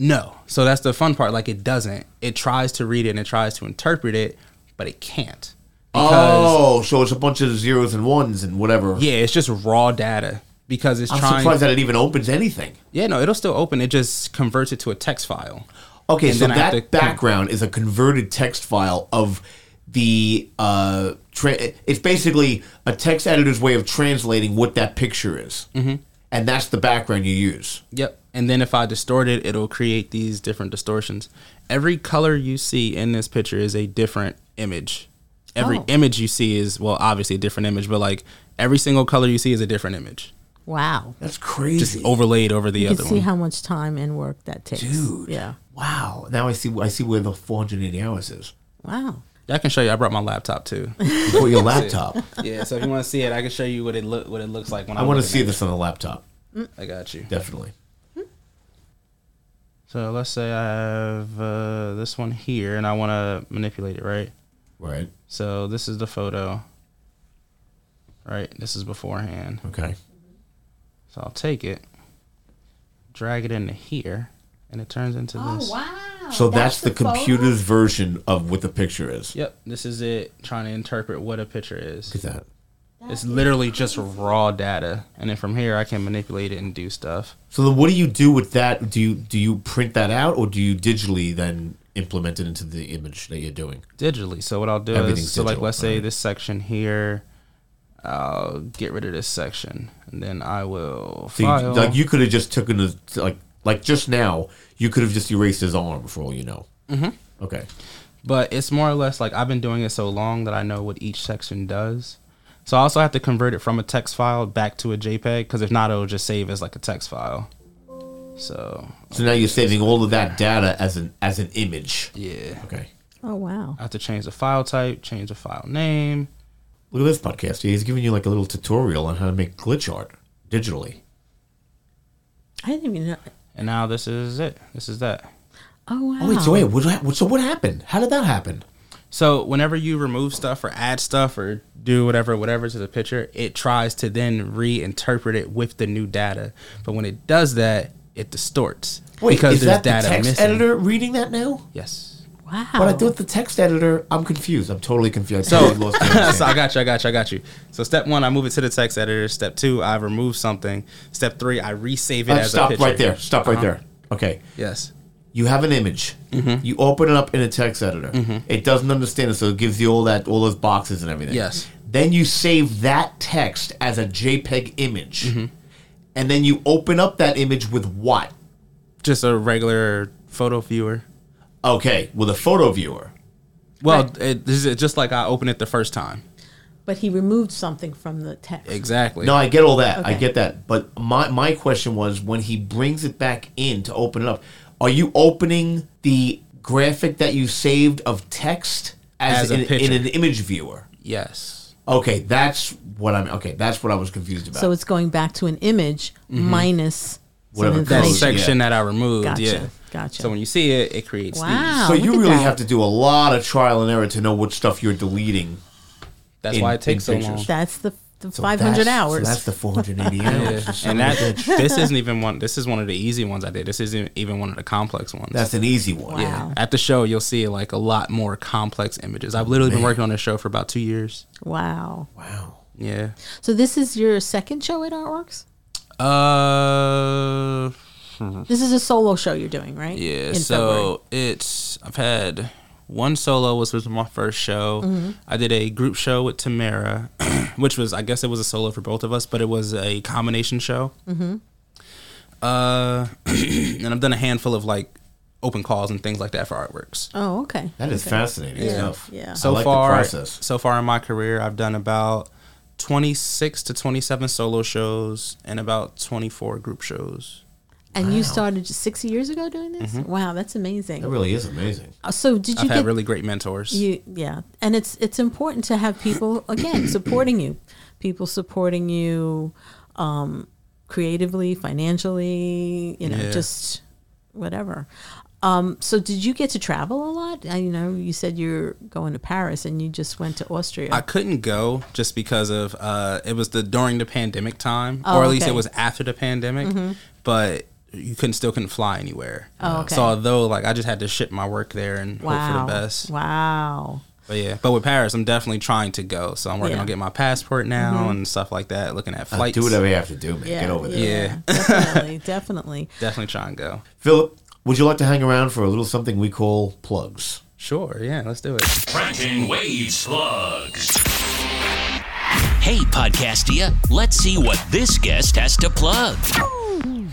J: No. So that's the fun part. Like it doesn't. It tries to read it and it tries to interpret it, but it can't.
H: Oh, so it's a bunch of zeros and ones and whatever.
J: Yeah, it's just raw data because it's
H: I'm
J: trying.
H: surprised that it even opens anything.
J: Yeah, no, it'll still open. It just converts it to a text file.
H: Okay,
J: And
H: so
J: then I have to-
H: that background is a converted text file of the. Uh, tra- it's basically a text editor's way of translating what that picture is, mm-hmm. and that's the background you use.
J: Yep. And then if I distort it, it'll create these different distortions. Every color you see in this picture is a different image. Every
I: Oh.
J: image you see is, well, obviously a different image, but like every single color you see is a different image.
I: Wow.
H: That's crazy.
J: Just overlaid over the
I: You
J: other
I: can see
J: one.
I: how much time and work that takes.
H: Dude.
I: Yeah.
H: Wow. Now I see. I see where the 480 hours is.
I: Wow.
J: Yeah, I can show you. I brought my laptop too.
H: You put your laptop.
J: yeah, so if you want to see it, I can show you what it look what it looks like when
H: I
J: I'm
H: want to
J: looking
H: see
J: at
H: this on the laptop.
J: it. I got you.
H: Definitely.
J: So let's say I have uh, this one here, and I want to manipulate it, right?
H: Right.
J: So this is the photo. Right. This is beforehand.
H: Okay.
J: So I'll take it, drag it into here, and it turns into this.
I: Oh, wow.
H: So Oh, that's, the, computer's version of what the picture is.
J: Yep. This is it trying to interpret what a picture is.
H: Look at that.
J: It's literally just raw data, and then from here I can manipulate it and do stuff.
H: So then, what do you do with that? Do you do you print that out, or do you digitally then implement it into the image that you're doing?
J: digitally. So what I'll do is
H: Everything's
J: so like
H: digital,
J: let's say
H: right.
J: this section here, I'll get rid of this section, and then I will
H: So you,
J: file.
H: like you could have just taken the like like just now, you could have just erased his arm for all you know. Mm-hmm. Okay,
J: but it's more or less like I've been doing it so long that I know what each section does. So I also have to convert it from a text file back to a JPEG because if not, it'll just save as like a text file. So
H: so now you're saving all of that data as an as an image.
J: yeah,
H: Okay,
I: Oh, wow.
J: I have to change the file type, change the file name.
H: look at this podcast. He's giving you like a little tutorial on how to make glitch art digitally.
I: I didn't even know.
J: And now this is it. This is that.
I: Oh, wow.
H: Oh wait, so wait, what, what? So what happened? How did that happen?
J: So whenever you remove stuff or add stuff or do whatever, whatever to the picture, it tries to then reinterpret it with the new data. But when it does that, it distorts
H: Wait, is that the text editor reading that now?
J: Yes.
I: Wow.
H: But I thought the text editor. I'm confused. I'm totally confused. I
J: So,
H: totally lost my understanding.
J: so I got you. I got you. I got you. So step one, I move it to the text editor. Step two, I remove something. Step three, I resave it
H: Uh,
J: as a
H: stop
J: picture.
H: right there. Stop right there. Okay.
J: Yes.
H: You have an image.
J: Mm-hmm.
H: You open it up in a text editor. It doesn't understand it, so it gives you all that, all those boxes and everything.
J: Yes.
H: Then you save that text as a JPEG image,
J: Mm-hmm.
H: and then you open up that image with what?
J: Just a regular photo viewer.
H: Okay, with a photo viewer.
J: Well, it, this is just like I opened it the first time.
I: But he removed something from the text.
J: Exactly.
H: No, I get all that. I
I: Okay.
H: get that. But my my question was when he brings it back in to open it up, are you opening the graphic that you saved of text as,
J: As a
H: in, in
J: picture.
H: an image viewer?
J: yes.
H: Okay, that's what I'm. Okay, that's what I was confused about.
I: So it's going back to an image minus
H: Whatever
I: some
J: Mm-hmm. that
H: Right.
I: information.
J: section that I removed.
I: Gotcha.
J: Yeah.
I: Gotcha.
J: So when you see it, it creates
I: Wow.
J: these.
H: so
I: look
H: you
I: at
H: really
I: that.
H: have to do a lot of trial and error to know what stuff you're deleting.
J: That's
H: In-
J: why it takes so
H: in
J: long.
H: pictures.
I: That's the, the
H: So
I: 500
H: that's-
I: hours.
H: So that's the 480
J: Yeah.
H: hours. Son
J: And
H: of a
J: that
H: bitch.
J: this isn't even one. This is one of the easy ones I did. This isn't even one of the complex ones.
H: that's an easy one.
I: Wow.
J: yeah. At the show, you'll see like a lot more complex images. I've literally been working on this show for about two years.
I: wow.
H: Wow.
J: Yeah.
I: So this is your second show at Artworks?
J: Uh,
I: This is a solo show you're doing, right?
J: Yeah.
I: In February.
J: so it's I've had one solo was was my first show.
I: Mhm.
J: I did a group show with Tamara, which was I guess it was a solo for both of us, but it was a combination show.
K: Mm-hmm.
J: Uh, and I've done a handful of like open calls and things like that for artworks.
I: Oh, okay.
H: That is
I: Okay.
H: fascinating
I: Yeah.
H: stuff.
I: Yeah.
J: So
H: I like the
J: far,
H: process.
J: so far in my career, I've done about twenty six to twenty seven solo shows and about twenty four group shows.
I: And you started just six years ago doing this?
J: Mhm.
I: Wow, that's amazing.
H: amazing.
I: Uh, So did you
J: I've had
I: get-
J: really great mentors.
I: You, yeah, and it's it's important to have people again supporting you, people supporting you, um, creatively, financially, you know,
J: Yeah.
I: just whatever. Um, so did you get to travel a lot? I, you know, you said you're going to Paris and you just went to Austria.
J: I couldn't go just because of uh, it was the during the pandemic time,
I: Oh,
J: or at least
I: okay.
J: it was after the pandemic.
I: Mhm.
J: But you couldn't still couldn't fly anywhere.
I: Oh, okay.
J: So although like I just had to ship my work there and hope for
I: Wow.
J: the best.
I: Wow.
J: But yeah, but with Paris, I'm definitely trying to go. So I'm working
I: Yeah.
J: on getting my passport now
I: Mhm.
J: and stuff like that. Looking at
H: Uh,
J: flights.
H: do whatever you have to do, man. Get over there.
J: Yeah,
I: definitely, definitely.
J: definitely trying to go.
H: Philip, would you like to hang around for a little something we call plugs?
J: Sure. Yeah, let's do it.
L: Franken Waves plugs.
M: Hey, Podcastia, let's see what this guest has to plug.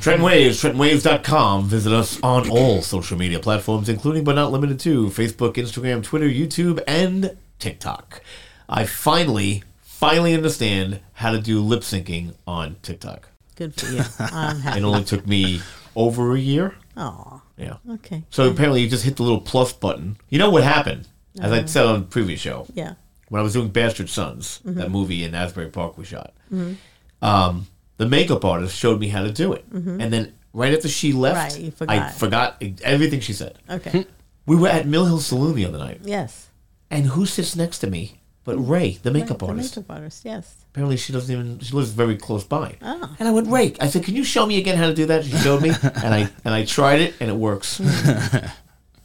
H: Trenton Waves, TrentonWaves.com. Visit us on all social media platforms, including but not limited to Facebook, Instagram, Twitter, YouTube, and TikTok. I finally, finally understand how to do lip syncing on TikTok.
I: Good for you. I'm happy.
H: It only took me over a year.
I: Aw.
H: Yeah.
I: Okay.
H: So apparently you just hit the little plus button. You know what happened? As I
I: Uh,
H: said on the previous show.
I: yeah.
H: When I was doing Bastard Sons, that
I: Mhm.
H: movie in Asbury Park we shot.
I: Mhm.
H: Um, the makeup artist showed me how to do it.
I: Mhm.
H: And then right after she left,
I: Right, you
H: I
I: forgot.
H: forgot e, everything she said.
J: Hmm.
I: Okay.
H: We were at Mill Hill Saloon the other night.
I: Yes.
H: And who sits next to me but Ray, the makeup
I: Right,
H: artist?
I: Mm-hmm. The makeup artist. Yes.
H: Apparently she doesn't even, she lives very close by.
I: Oh.
H: And I went, Ray, I said, can you show me again how to do that? She showed me, and I and I tried it, and it works.
I: Mm-hmm.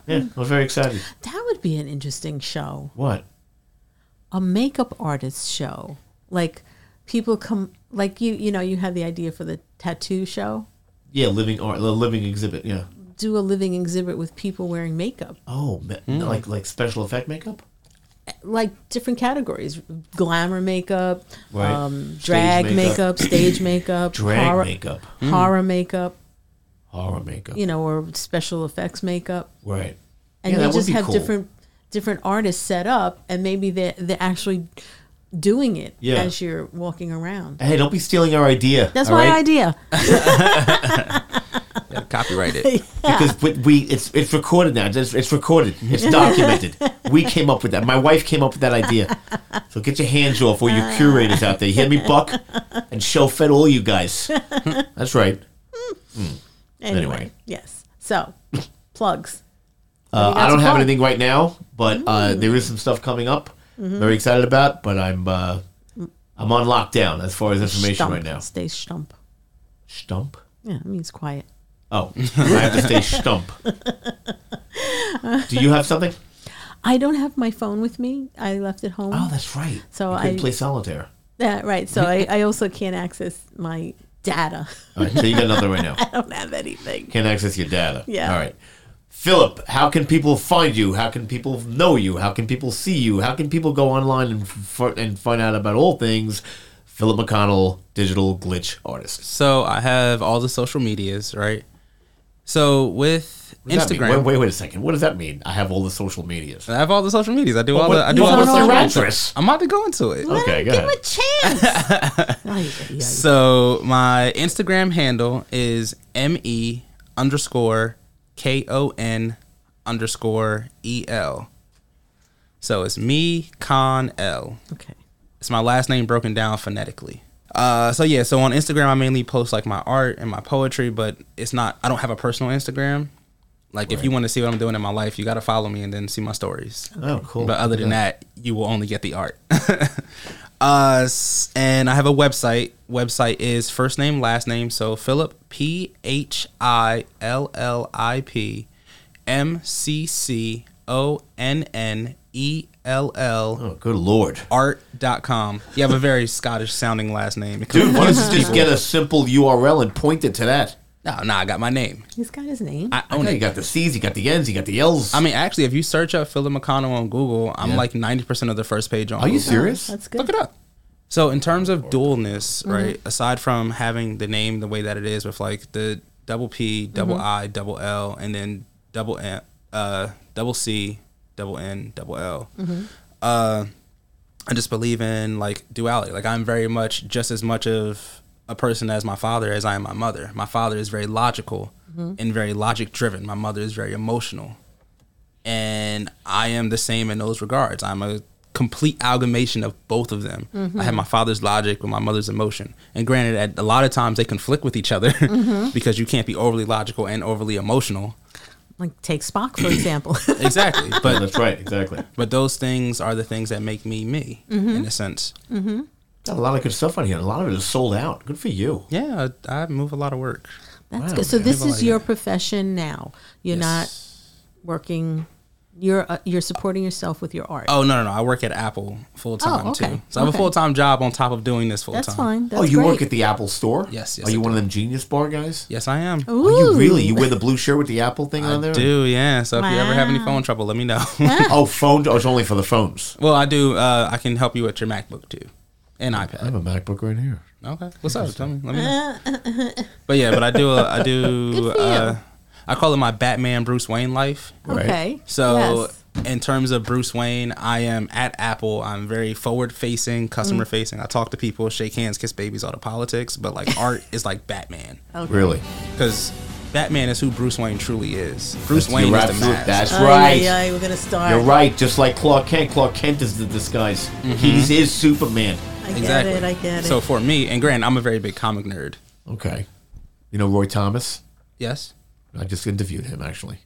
H: yeah, I was very excited.
I: That would be an interesting show.
H: What?
I: a makeup artist show. Like people come like you you know, you had the idea for the tattoo show.
H: Yeah, living art, the living exhibit. Yeah.
I: Do a living exhibit with people wearing makeup.
H: Oh, ma-
I: Mm.
H: like like special effect makeup.
I: Like different categories. Glamour makeup,
H: Right.
I: um,
H: Stage
I: drag
H: makeup.
I: makeup. stage makeup,
H: Drag
I: horror,
H: makeup. Mm.
I: horror makeup,
H: Horror makeup.
I: you know, or special effects makeup.
H: Right.
I: And
H: Yeah, that
I: you
H: would
I: just
H: be
I: have
H: cool.
I: different different artists set up and maybe they are they're actually doing it
H: Yeah.
I: as you're walking around.
H: Hey, don't be stealing our idea.
I: That's
H: all
I: my
H: right?
I: idea.
J: copyright
I: it. Yeah.
H: because we, we it's it's recorded now. It's, it's recorded. It's documented. we came up with that. My wife came up with that idea. So get your hands off all you
I: Ah.
H: curators out there. You hear me, Buck? And show fed all you guys. That's right. Mm.
I: Anyway, yes. So, plugs.
H: Uh, I
I: What do you got Mm.
H: don't
I: to
H: have
I: plug?
H: anything right now, but uh, there is some stuff coming up.
I: Mhm.
H: Very excited about, but I'm uh, I'm on lockdown as far as information
I: Mm. Stump.
H: right now.
I: Stay stump.
H: Stump.
I: Yeah, it means quiet.
H: Oh, I have to stay stump. Do you have something?
I: I don't have my phone with me. I left it home.
H: Oh, that's right.
I: So
H: you
I: I
H: can play solitaire.
I: Yeah, right. So I, I also can't access my data.
H: All right, so you got nothing right now.
I: I don't have anything.
H: Can't access your data.
I: Yeah.
H: All right. Philip, how can people find you? How can people know you? How can people see you? How can people go online and f- and find out about all things Philip McConnell, digital glitch artist?
J: So I have all the social medias, right? So with
H: What does that mean?
J: Instagram.
H: Wait, wait, wait a second. What does that mean? I have all the social medias.
I: Uh,
J: I have all the social medias. I do
H: Well,
J: all
H: what-
J: the. I do
H: well,
J: all
H: what's
J: the
H: your
J: social-
H: address?
J: I'm about to go into it.
H: Okay, go ahead.
J: So my Instagram handle is me underscore k o n underscore e l. So it's me con l.
I: Okay.
J: It's my last name broken down phonetically. Uh, so yeah, so on Instagram I mainly post like my art and my poetry, but it's not. I don't have a personal Instagram. Like if you want to see what I'm doing in my life, you got to follow me and then see my stories.
H: Oh, cool.
J: But other than
H: Yeah.
J: that, you will only get the art. uh, s- and I have a website. Website is first name, last name. So Philip P H I L L I P M C C O N N E L L.
H: Oh, good lord.
J: Art.com. You have a very Scottish sounding last name. It
H: Dude, why don't
J: confuses
H: you just
J: people.
H: get a simple URL and point it to that?
J: No, no, I got my name.
I: He's got his name.
J: I own it.
H: You got the C's, you got the N's, you got the L's.
J: I mean, actually, if you search up Philip McConnell on Google, I'm
H: Yeah.
J: like 90% of the first page on
H: Are you
J: Google.
H: serious?
I: That's good. Look
J: it up. So, in terms of dualness,
I: Mhm.
J: right, aside from having the name the way that it is with like the double P, double
I: Mhm.
J: I, double L, and then double N, uh, double C, double N, double L,
I: Mhm.
J: uh, I just believe in like duality. Like, I'm very much just as much of a person as my father as I am my mother. My father is very logical
K: Mhm.
J: and very logic driven. My mother is very emotional. And I am the same in those regards. I'm a complete amalgamation of both of them.
K: Mhm.
J: I
I: Mm-hmm.
J: have my father's logic with my mother's emotion. And granted, at a lot of times they conflict with each other
I: Mhm.
J: because you can't be overly logical and overly emotional.
I: Like take Spock for example.
J: Exactly. But
H: that's right, exactly.
J: But those things are the things that make me me
I: Mhm.
J: in a sense.
I: mm-hmm.
H: Got a lot of good stuff on here. A lot of it is sold out. Good for you.
J: Yeah, I, I move a lot of work.
I: That's good. So this is your profession now. You're not working. You're uh, you're supporting yourself with your art.
J: Oh no no no! I work at Apple full time
I: Oh, okay,
J: too, so I have
I: okay.
J: a full time job on top of doing this full
I: That's
J: time.
I: fine, that's
H: oh, you work
I: great.
H: at the Apple store?
J: Yes, yes.
H: Are you
J: I
H: one of them genius bar guys?
J: Yes, I am.
H: Are oh, you
I: Ooh.
H: really? You wear the blue shirt with the Apple thing on there?
J: do. do yeah. So if you ever have any phone trouble, let me know.
H: oh, phone. Oh, it's only for the phones.
J: Well, I do. Uh, I can help you with your MacBook too, and iPad. I have
H: a MacBook right here.
J: Okay, what's up? Tell me. Let me. Know. But yeah, but I do. uh, I do. Uh, I call it my Batman Bruce Wayne life.
I: Right. Okay,
J: So
I: yes.
J: in terms of Bruce Wayne, I am at Apple. I'm very forward facing, customer facing. I talk to people, shake hands, kiss babies, all the politics. But like art is like Batman.
I: Okay.
H: Really?
J: Because Batman is who Bruce Wayne truly is. Bruce
H: That's-
J: Wayne
H: you're
J: is the
H: absolute-
J: mask.
H: That's right.
I: Yeah, we're gonna start.
H: You're right. Just like Clark Kent. Clark Kent is the disguise. He's his Superman.
I: I get it. I get it.
J: So for me, and Grant, I'm a very big comic nerd.
H: Okay. You know Roy Thomas?
J: Yes.
H: I just interviewed him actually.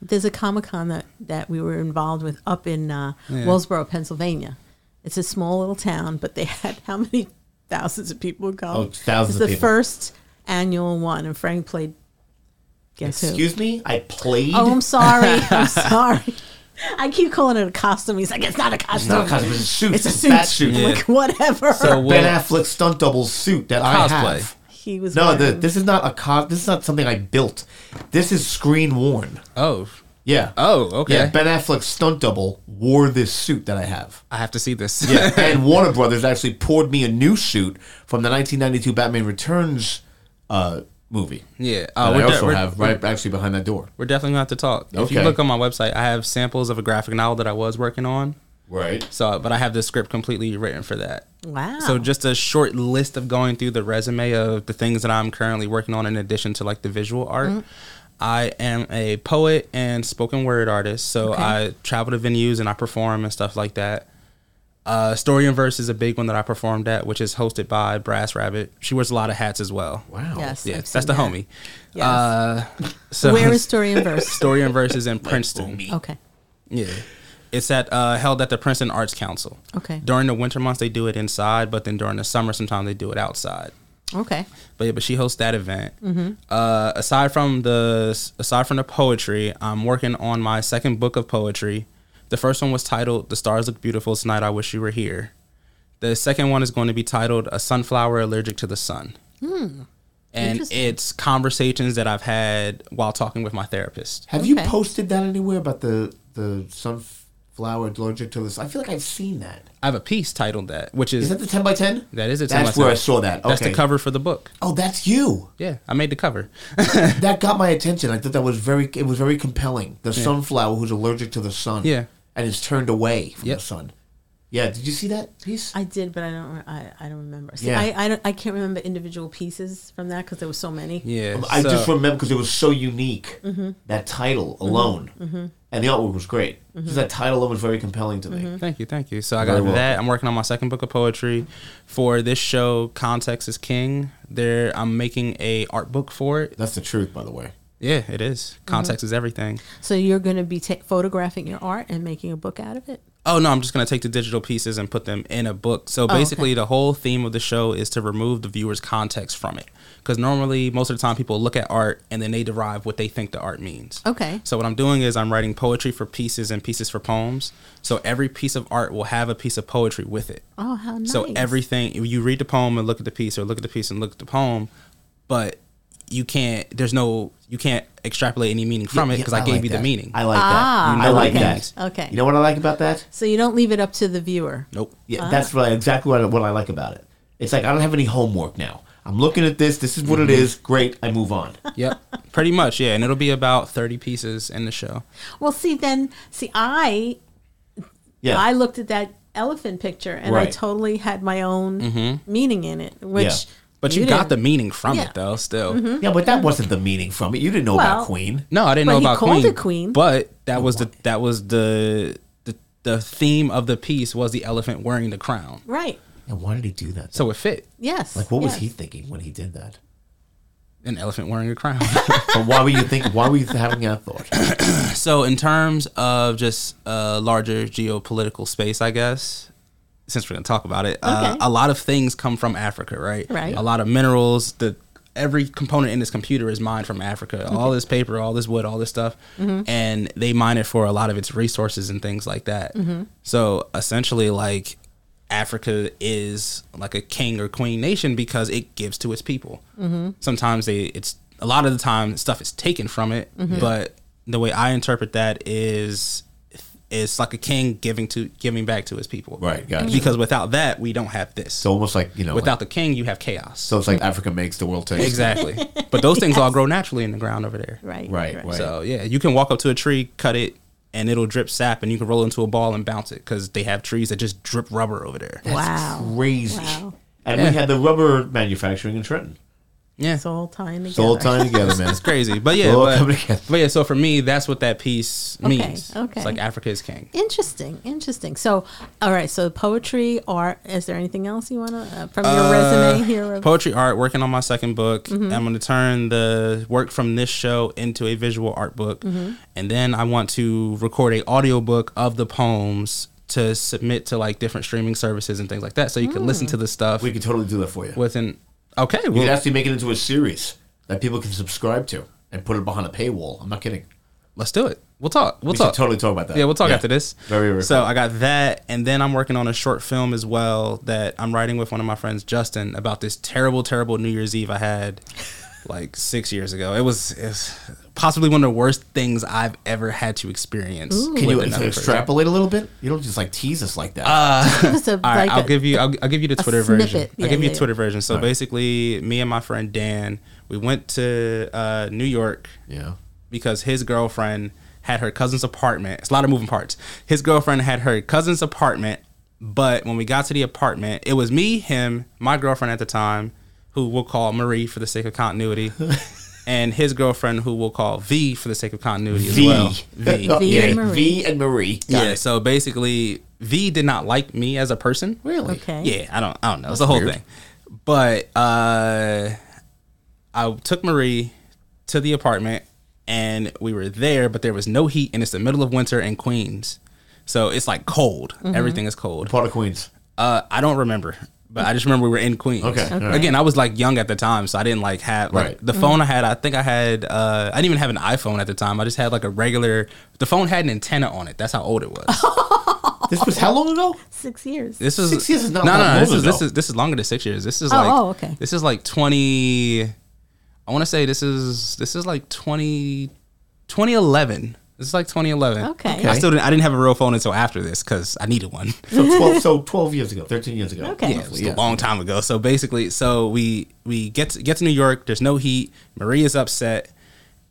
I: There's a Comic Con that, that we were involved with up in uh,
H: Yeah.
I: Wellsboro, Pennsylvania. It's a small little town, but they had how many thousands of people go?
H: Oh, thousands of
I: It's the
H: people.
I: first annual one, and Frank played. Guess
H: Excuse
I: who?
H: me? I played.
I: Oh, I'm sorry. I'm sorry. I keep calling it a costume. He's like, it's not a costume.
H: It's not a costume. It's a suit.
I: It's a
H: It's a bat
I: suit.
H: suit.
I: I'm like, whatever.
H: Ben Affleck stunt double suit that I
I: Cosplay.
H: have.
I: He was
H: no. The,
I: wearing-
H: this is not a cos. This is not something I built. This is screen worn.
J: Oh.
H: Yeah.
J: Oh, okay.
H: Yeah. Ben Affleck's stunt double wore this suit that I have.
J: I have to see this.
H: yeah. And Warner Brothers actually poured me a new suit from the 1992 Batman Returns uh, movie.
J: Yeah.
H: Uh,
J: Uh,
H: I
J: we're de-
H: also
J: we're-
H: have right actually behind that door.
J: We're definitely gonna have to talk. If you
H: Okay.
J: look on my website, I have samples of a graphic novel that I was working on.
H: Right.
J: So, but I have the script completely written for that.
I: Wow.
J: So just a short list of going through the resume of the things that I'm currently working on in addition to like the visual
I: Mm-hmm.
J: art.
K: Mhm.
J: I am a poet and spoken word artist. So
K: Okay.
J: I travel to venues and I perform and stuff like that. Uh, Story and Verse is a big one that I performed at, which is hosted by Brass Rabbit. She wears a lot of hats as well.
H: Wow.
I: Yes,
J: Yeah,
I: I've
J: that's
I: seen
J: the
I: that.
J: homie.
I: Yes.
J: Uh, so
I: Where is Story and Verse?
J: Story and Verse is in Princeton.
I: Okay.
J: Yeah. It's at uh, held at the Princeton Arts Council.
I: Okay.
J: During the winter months, they do it inside, but then during the summer, sometimes they do it outside.
I: Okay.
J: But yeah, but she hosts that event.
I: Mhm.
J: Uh, aside from the aside from the poetry, I'm working on my second book of poetry. The first one was titled "The Stars Look Beautiful Tonight. I Wish You Were Here." The second one is going to be titled "A Sunflower Allergic to the Sun,"
I: Hmm.
J: and
H: Interesting.
J: it's conversations that I've had while talking with my therapist.
H: Have you posted that anywhere about the the sunflower allergic to this? I feel like I've seen that.
J: I have a piece titled that, which is
H: Is that the 10 by 10?
J: That is it.
H: That's where I saw that.
J: That's the
H: Okay.
J: cover for the book.
H: Oh, that's you.
J: Yeah, I made the cover.
H: that got my attention. I thought that was very. It was very compelling. The
J: Yeah.
H: sunflower who's allergic to the sun.
J: Yeah.
H: and is turned away from the sun. Yeah. Did you see that piece?
I: I did, but I don't. re- I, I don't remember. See,
H: Yeah.
I: I I, don't, I can't remember individual pieces from that because there were so many.
J: Yeah.
H: I just
J: Um, so- Mm-hmm.
H: remember because it was so unique.
I: Mhm.
H: That title
I: Mhm.
H: alone,
I: Mhm.
H: and the artwork was great.
I: Mm-hmm.
H: Just that title alone was very compelling to me.
J: Thank you, thank you. So I
H: Very
J: got
H: welcome.
J: that. I'm working on my second book of poetry. For this show, Context is King. There, I'm making a art book for it.
H: That's the truth, by the way.
J: Yeah, it is.
H: Mm-hmm.
J: Context is everything.
I: So you're going to be ta- photographing your art and making a book out of it.
J: Oh no, I'm just gonna take the digital pieces and put them in a book.
H: Oh,
J: So
I: okay.
J: basically, the whole theme of the show is to remove the viewer's context from it, because normally most of the time people look at art and then they derive what they think the art means.
I: Okay.
J: So what I'm doing is I'm writing poetry for pieces and pieces for poems. So every piece of art will have a piece of poetry with it.
I: Oh, how nice.
J: So everything you read the poem and look at the piece, or look at the piece and look at the poem, but you can't. There's no. You can't extrapolate any meaning from
H: Yeah,
J: it
H: yeah,
J: because
H: I
J: I gave
H: like
J: you
H: that.
J: the meaning.
H: I like that.
I: Ah,
H: I like
J: what it
H: that.
J: means.
I: Okay.
H: You know what I like about that?
I: So you don't leave it up to the viewer.
J: Nope.
H: Yeah,
I: Ah.
H: that's what I, exactly what I, what I like about it. It's like I don't have any homework now. I'm looking at this. This is what it
J: Mhm.
H: is. Great. I move on.
J: Yep. Pretty much. Yeah, and it'll be about thirty pieces in the show.
I: Well, see, then, see, I,
J: Yeah.
I: I looked at that elephant picture and I
J: Right.
I: totally had my own
J: Mm-hmm.
I: meaning in it, which.
J: But you, got the
I: didn't.
J: meaning from
I: Yeah.
J: it though. Still.
I: Mhm.
H: Yeah, but that wasn't the meaning from it. You didn't know
I: Well,
H: about Queen.
J: No, I didn't
I: But
J: know
I: he
J: about
I: called
J: Queen.
I: it Queen. Oh,
J: But that was the that was the the the theme of the piece was the elephant wearing the crown.
I: Right.
H: And why did he do that?
J: So it fit.
I: Yes.
H: Like, what was
I: yes.
H: he thinking when he did that?
J: An elephant wearing a crown.
H: but why were you thinking? Why were you having that thought?
J: so in terms of just uh, larger geopolitical space, I guess, since we're gonna talk about it, uh,
K: Okay.
J: a lot of things come from Africa, right?
K: Right.
J: A lot of minerals. The every component in this computer is mined from Africa. All
K: Okay.
J: this paper, all this wood, all this stuff,
K: Mhm.
J: and they mine it for a lot of its resources and things like that.
K: Mhm.
J: So essentially, like Africa is like a king or queen nation because it gives to its people
K: Mhm.
J: sometimes they it's a lot of the time stuff is taken from it
I: Mm-hmm.
K: Mhm.
J: but the way i interpret that is it's like a king giving to giving back to his people
H: Right, gotcha.
J: because without that we don't have this so
H: almost like you know
J: without the king you have chaos
H: So it's like Africa makes the world taste.
J: exactly but those things all grow naturally in the ground over there
I: Right,
H: Right, right. right.
J: so yeah you can walk up to a tree cut it and it'll drip sap and you can roll into a ball and bounce it because they have trees that just drip rubber over there
I: Wow.
H: Crazy.
I: Wow.
H: And
J: Yeah.
H: we had the rubber manufacturing in Trenton.
J: Yeah.
I: It's all tying together.
H: It's all tying together, man.
J: It's crazy. But yeah,
H: It's all coming
J: but, but yeah, so for me, that's what that piece
I: Okay,
J: means.
I: okay.
J: It's like Africa is king.
I: Interesting, interesting. So, all right. So, poetry, art. Is there anything else you want to uh, from your
J: Uh,
I: resume here?
J: Poetry art, working on my second book.
I: Mhm.
J: I'm going to turn the work from this show into a visual art book.
I: Mhm.
J: And then I want to record a audio book of the poems to submit to like different streaming services and things like that. So you can listen to the stuff. We
H: can totally do that for you.
J: With an, okay.
H: You
J: well-
H: could actually make it into a series that people can subscribe to and put it behind a paywall. I'm not kidding.
J: Let's do it. We'll talk. We'll
H: We should
J: talk.
H: totally talk about that.
J: Yeah, we'll talk
H: Yeah.
J: after this.
H: Very, very
J: So
H: cool.
J: I got that, and then I'm working on a short film as well that I'm writing with one of my friends, Justin, about this terrible, terrible New Year's Eve I had like six years ago. It was, it was possibly one of the worst things I've ever had to experience.
H: Can
J: with
H: you
J: another person.
H: extrapolate a little bit? You don't just like tease us like that.
J: Uh,
I: Give us a-
J: all right,
I: like
J: I'll
I: a-
J: give you. I'll, I'll give you the
I: a
J: Twitter
I: snippet.
J: version.
I: Yeah,
J: I'll give you
I: yeah,
J: the Twitter
I: yeah.
J: version. So
I: All right.
J: basically, me and my friend Dan, we went to uh, New York.
H: Yeah.
J: Because his girlfriend had her cousin's apartment. It's a lot of moving parts. His girlfriend had her cousin's apartment, but when we got to the apartment, it was me, him, my girlfriend at the time, who we'll call Marie for the sake of continuity. And his girlfriend, who we'll call V for the sake of continuity as
H: V.
J: well.
I: E
H: V and Marie. V and Marie. Got
J: yeah.
H: it.
J: So basically, V did not like me as a person.
H: Really?
I: Okay.
J: Yeah. I don't. I don't know.
K: That's
J: It's the whole
K: weird.
J: thing. But uh, I took Marie to the apartment, and we were there, but there was no heat, and it's the middle of winter in Queens, so it's like cold.
K: Mhm.
J: Everything is cold.
H: part of Queens?
J: Uh, I don't remember. But I just remember we were in Queens.
K: Okay, Okay. all right.
J: Again, I was like young at the time, so I didn't like have like
K: Right.
J: the
K: Mhm.
J: phone I had. I think I had. Uh, I didn't even have an iPhone at the time. I just had like a regular. The phone had an antenna on it. That's how old it was.
H: This was how long ago?
I: Six years.
J: This was
H: Six years is not
J: no,
H: that
J: no, no. This
H: long
J: is this
H: ago.
J: is this is longer than six years. This is
I: Oh,
J: like
I: oh, okay.
J: This is like twenty. I want to say this is this is like 20, 2011. This is like twenty eleven.
I: Okay.
J: I still didn't, I didn't have a real phone until after this because I needed one.
H: So 12, so 12 years ago, 13 years ago.
J: Yeah, it was a long time ago. So basically, so we we get to, get to New York. There's no heat. Maria's upset,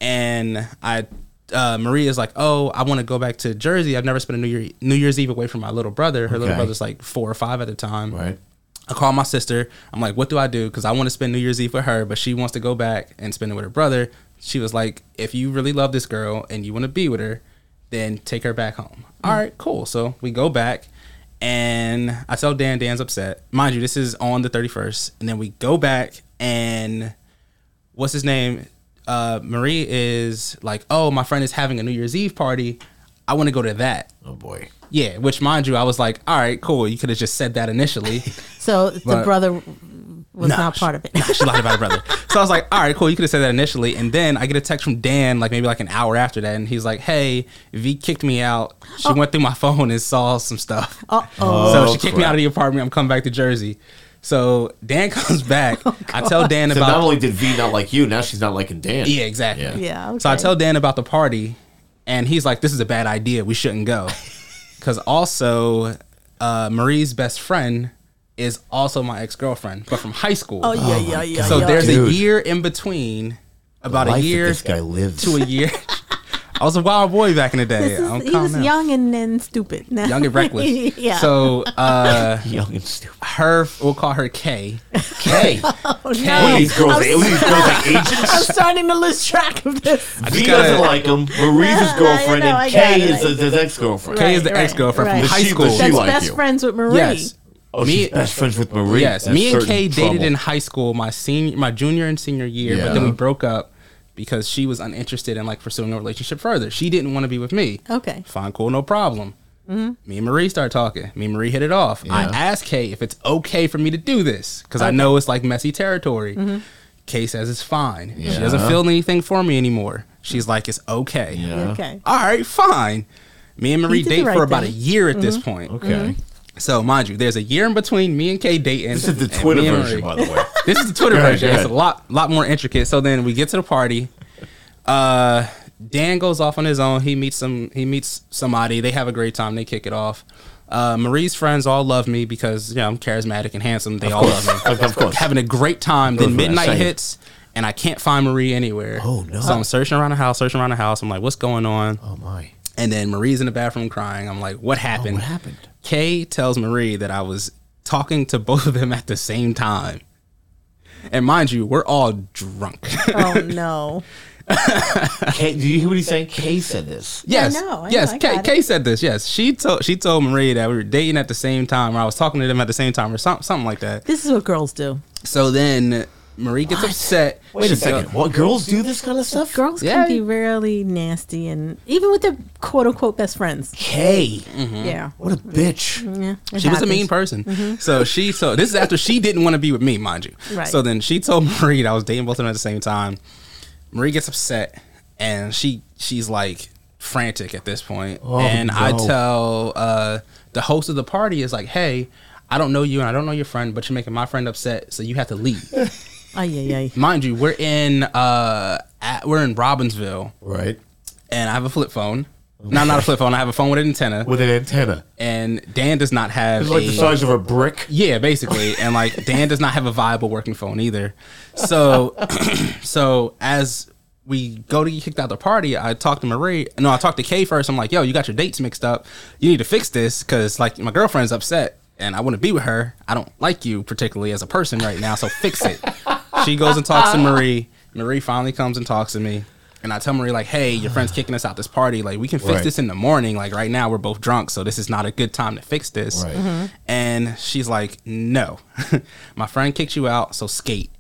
J: and I uh, Maria's like, "Oh, I want to go back to Jersey. I've never spent a New Year New Year's Eve away from my little brother. Her little
K: Okay.
J: brother's like four or five at the time.
H: Right.
J: I call my sister. I'm like, "What do I do? Because I want to spend New Year's Eve with her, but she wants to go back and spend it with her brother. She was like, "If you really love this girl and you want to be with her, then take her back home. All right, cool. So we go back and I tell Dan Dan's upset. Mind you, this is on the 31st. And then we go back and what's his name? Uh, Marie is like, oh, my friend is having a New Year's Eve party. I want to go to that.
H: Oh boy.
J: Yeah, which mind you, I was like, all right, cool. You could have just said that initially.
I: So the
J: But-
I: brother was
J: Nah,
I: not part of it.
J: she lied about her brother. So I was like, all right, cool. You could have said that initially. And then I get a text from Dan, like maybe like an hour after that. And he's like, hey, V kicked me out. She
I: Oh.
J: went through my phone and saw some stuff.
I: Uh-oh.
J: So
K: Oh,
J: she kicked me
K: crap.
J: out of the apartment. I'm coming back to Jersey. So Dan comes back.
I: Oh,
J: I tell Dan
H: so
J: about
H: not only did V not like you, now she's not liking Dan.
J: Yeah, exactly.
H: Yeah.
J: So I tell Dan about the party, and he's like, "This is a bad idea. We shouldn't go." Because also, uh, Marie's best friend is also my ex girlfriend, but from high school.
I: Oh, yeah, Oh, yeah, my yeah,
J: So
I: yeah.
J: there's
I: Dude.
J: a year in between, about
H: life
J: a
H: that
J: year.
H: this guy lives.
J: to a year. I was a wild boy back in the day.
I: This is-
J: I'm
I: he
J: calm
I: was
J: now.
I: young and then stupid. Now.
J: Young and reckless.
I: yeah.
J: So uh,
H: young and stupid.
J: Her, we'll call her K. K.
I: Oh,
J: K.
I: no. I'm I'm
J: agents?
I: starting to lose track of this.
H: V
J: gotta-
H: doesn't like him. Marie's his
I: I know,
H: girlfriend,
I: I
H: and
I: got
H: Kay
I: it,
H: is
I: I
H: his, his ex-girlfriend.
J: K is the ex-girlfriend
I: right.
J: from high
H: Does she-
J: school.
H: does she
I: That's
H: like
I: best
H: you?
I: friends with Marie.
J: Yes.
H: Oh, she's best friends with Marie.
J: Yes,
H: That's
J: me and
H: certain
J: Kay dated
H: trouble.
J: in high school, my senior, my junior and senior year,
H: Yeah.
J: but then we broke up because she was uninterested in like pursuing a relationship further. She didn't want to be with me.
I: Okay.
J: Fine, cool, no problem.
I: Mhm.
J: Me and Marie start talking. Me and Marie hit it off. I
I: Yeah.
J: asked Kay if it's okay for me to do this because I
I: Okay.
J: know it's like messy territory.
I: Mhm.
J: Kay says it's fine.
I: Yeah.
J: She doesn't feel anything for me anymore. She's like, it's okay.
I: Yeah. Okay.
J: All right, fine. Me and Marie
I: did the
J: date
I: right
J: for about a
I: thing.
J: year at this
I: Mhm.
J: point.
I: Okay. Mhm.
J: So mind you, there's a year in between me and Kay dating.
H: This is the
J: and
H: Twitter
J: me and
H: version,
J: Marie.
H: by the way.
J: This is the Twitter
H: Go ahead,
J: version.
H: go
J: It's a
H: ahead.
J: lot, lot more intricate. So then we get to the party. Uh, Dan goes off on his own. He meets some. He meets somebody. They have a great time. They kick it off. Uh, Marie's friends all love me because you know I'm charismatic and handsome. They
H: Of
J: all
H: course.
J: love me.
H: Of- of course.
J: having a great time.
H: Goes
J: Then
H: without
J: midnight
H: saying.
J: hits, and I can't find Marie anywhere. Oh
H: no.
J: So I'm searching around the house, searching around the house. I'm like, what's going on?
H: Oh my.
J: And then Marie's in the bathroom crying. I'm like,
H: Oh,
J: what happened? what happened? Kay tells Marie that I was talking to both of them at the same time. And mind you, we're all drunk.
I: Oh no.
H: Kay, do you hear what he's saying? Kay said this.
J: Yes.
I: I know, I
J: yes.
I: know, I
J: Kay,
I: got
J: Kay said this. Yes. She told she told Marie that we were dating at the same time, or I was talking to them at the same time, or something, something like that.
I: This is what girls do.
J: So then Marie gets upset.
H: Wait a
J: She
H: second.
J: goes-
H: What girls do this kind of stuff?
I: Girls
J: Yeah.
I: can be really nasty, and even with their quote unquote best friends.
H: Kay.
I: Yeah.
H: Mm. What a bitch.
I: Yeah. it
J: Mm-hmm. she was a
I: happens.
J: mean person.
I: Mhm.
J: So she so this is after she didn't want to be with me, mind you.
I: Right.
J: So then she told Marie that I was dating both of them at the same time. Marie gets upset and she she's like frantic at this point.
K: Oh,
J: and I
K: no.
J: tell uh the host of the party is like, Hey, I don't know you and I don't know your friend, but you're making my friend upset, so you have to leave.
I: Ay, ay, ay.
J: Mind you, we're in uh at, we're in Robbinsville. Right. And I have a flip phone. No, not a flip phone. I have a phone with an antenna. With
H: an antenna.
J: And Dan does not have
H: It's like the size of a brick.
J: Yeah, basically. and like Dan does not have a viable working phone either. So so as we go to get kicked out of the party, I talk to Marie. No, I talk to Kay first. I'm like, yo, you got your dates mixed up. You need to fix this because like my girlfriend's upset and I want to be with her. I don't like you particularly as a person right now, so fix it. she goes and talks to Marie. Marie finally comes and talks to me. And I tell Marie, like, hey, your friend's kicking us out this party. Like, we can fix
K: Right.
J: this in the morning. Like, right now, we're both drunk, so this is not a good time to fix this.
K: Right.
I: Mm-hmm.
K: Mhm.
J: And she's like, no, my friend kicked you out, so skate.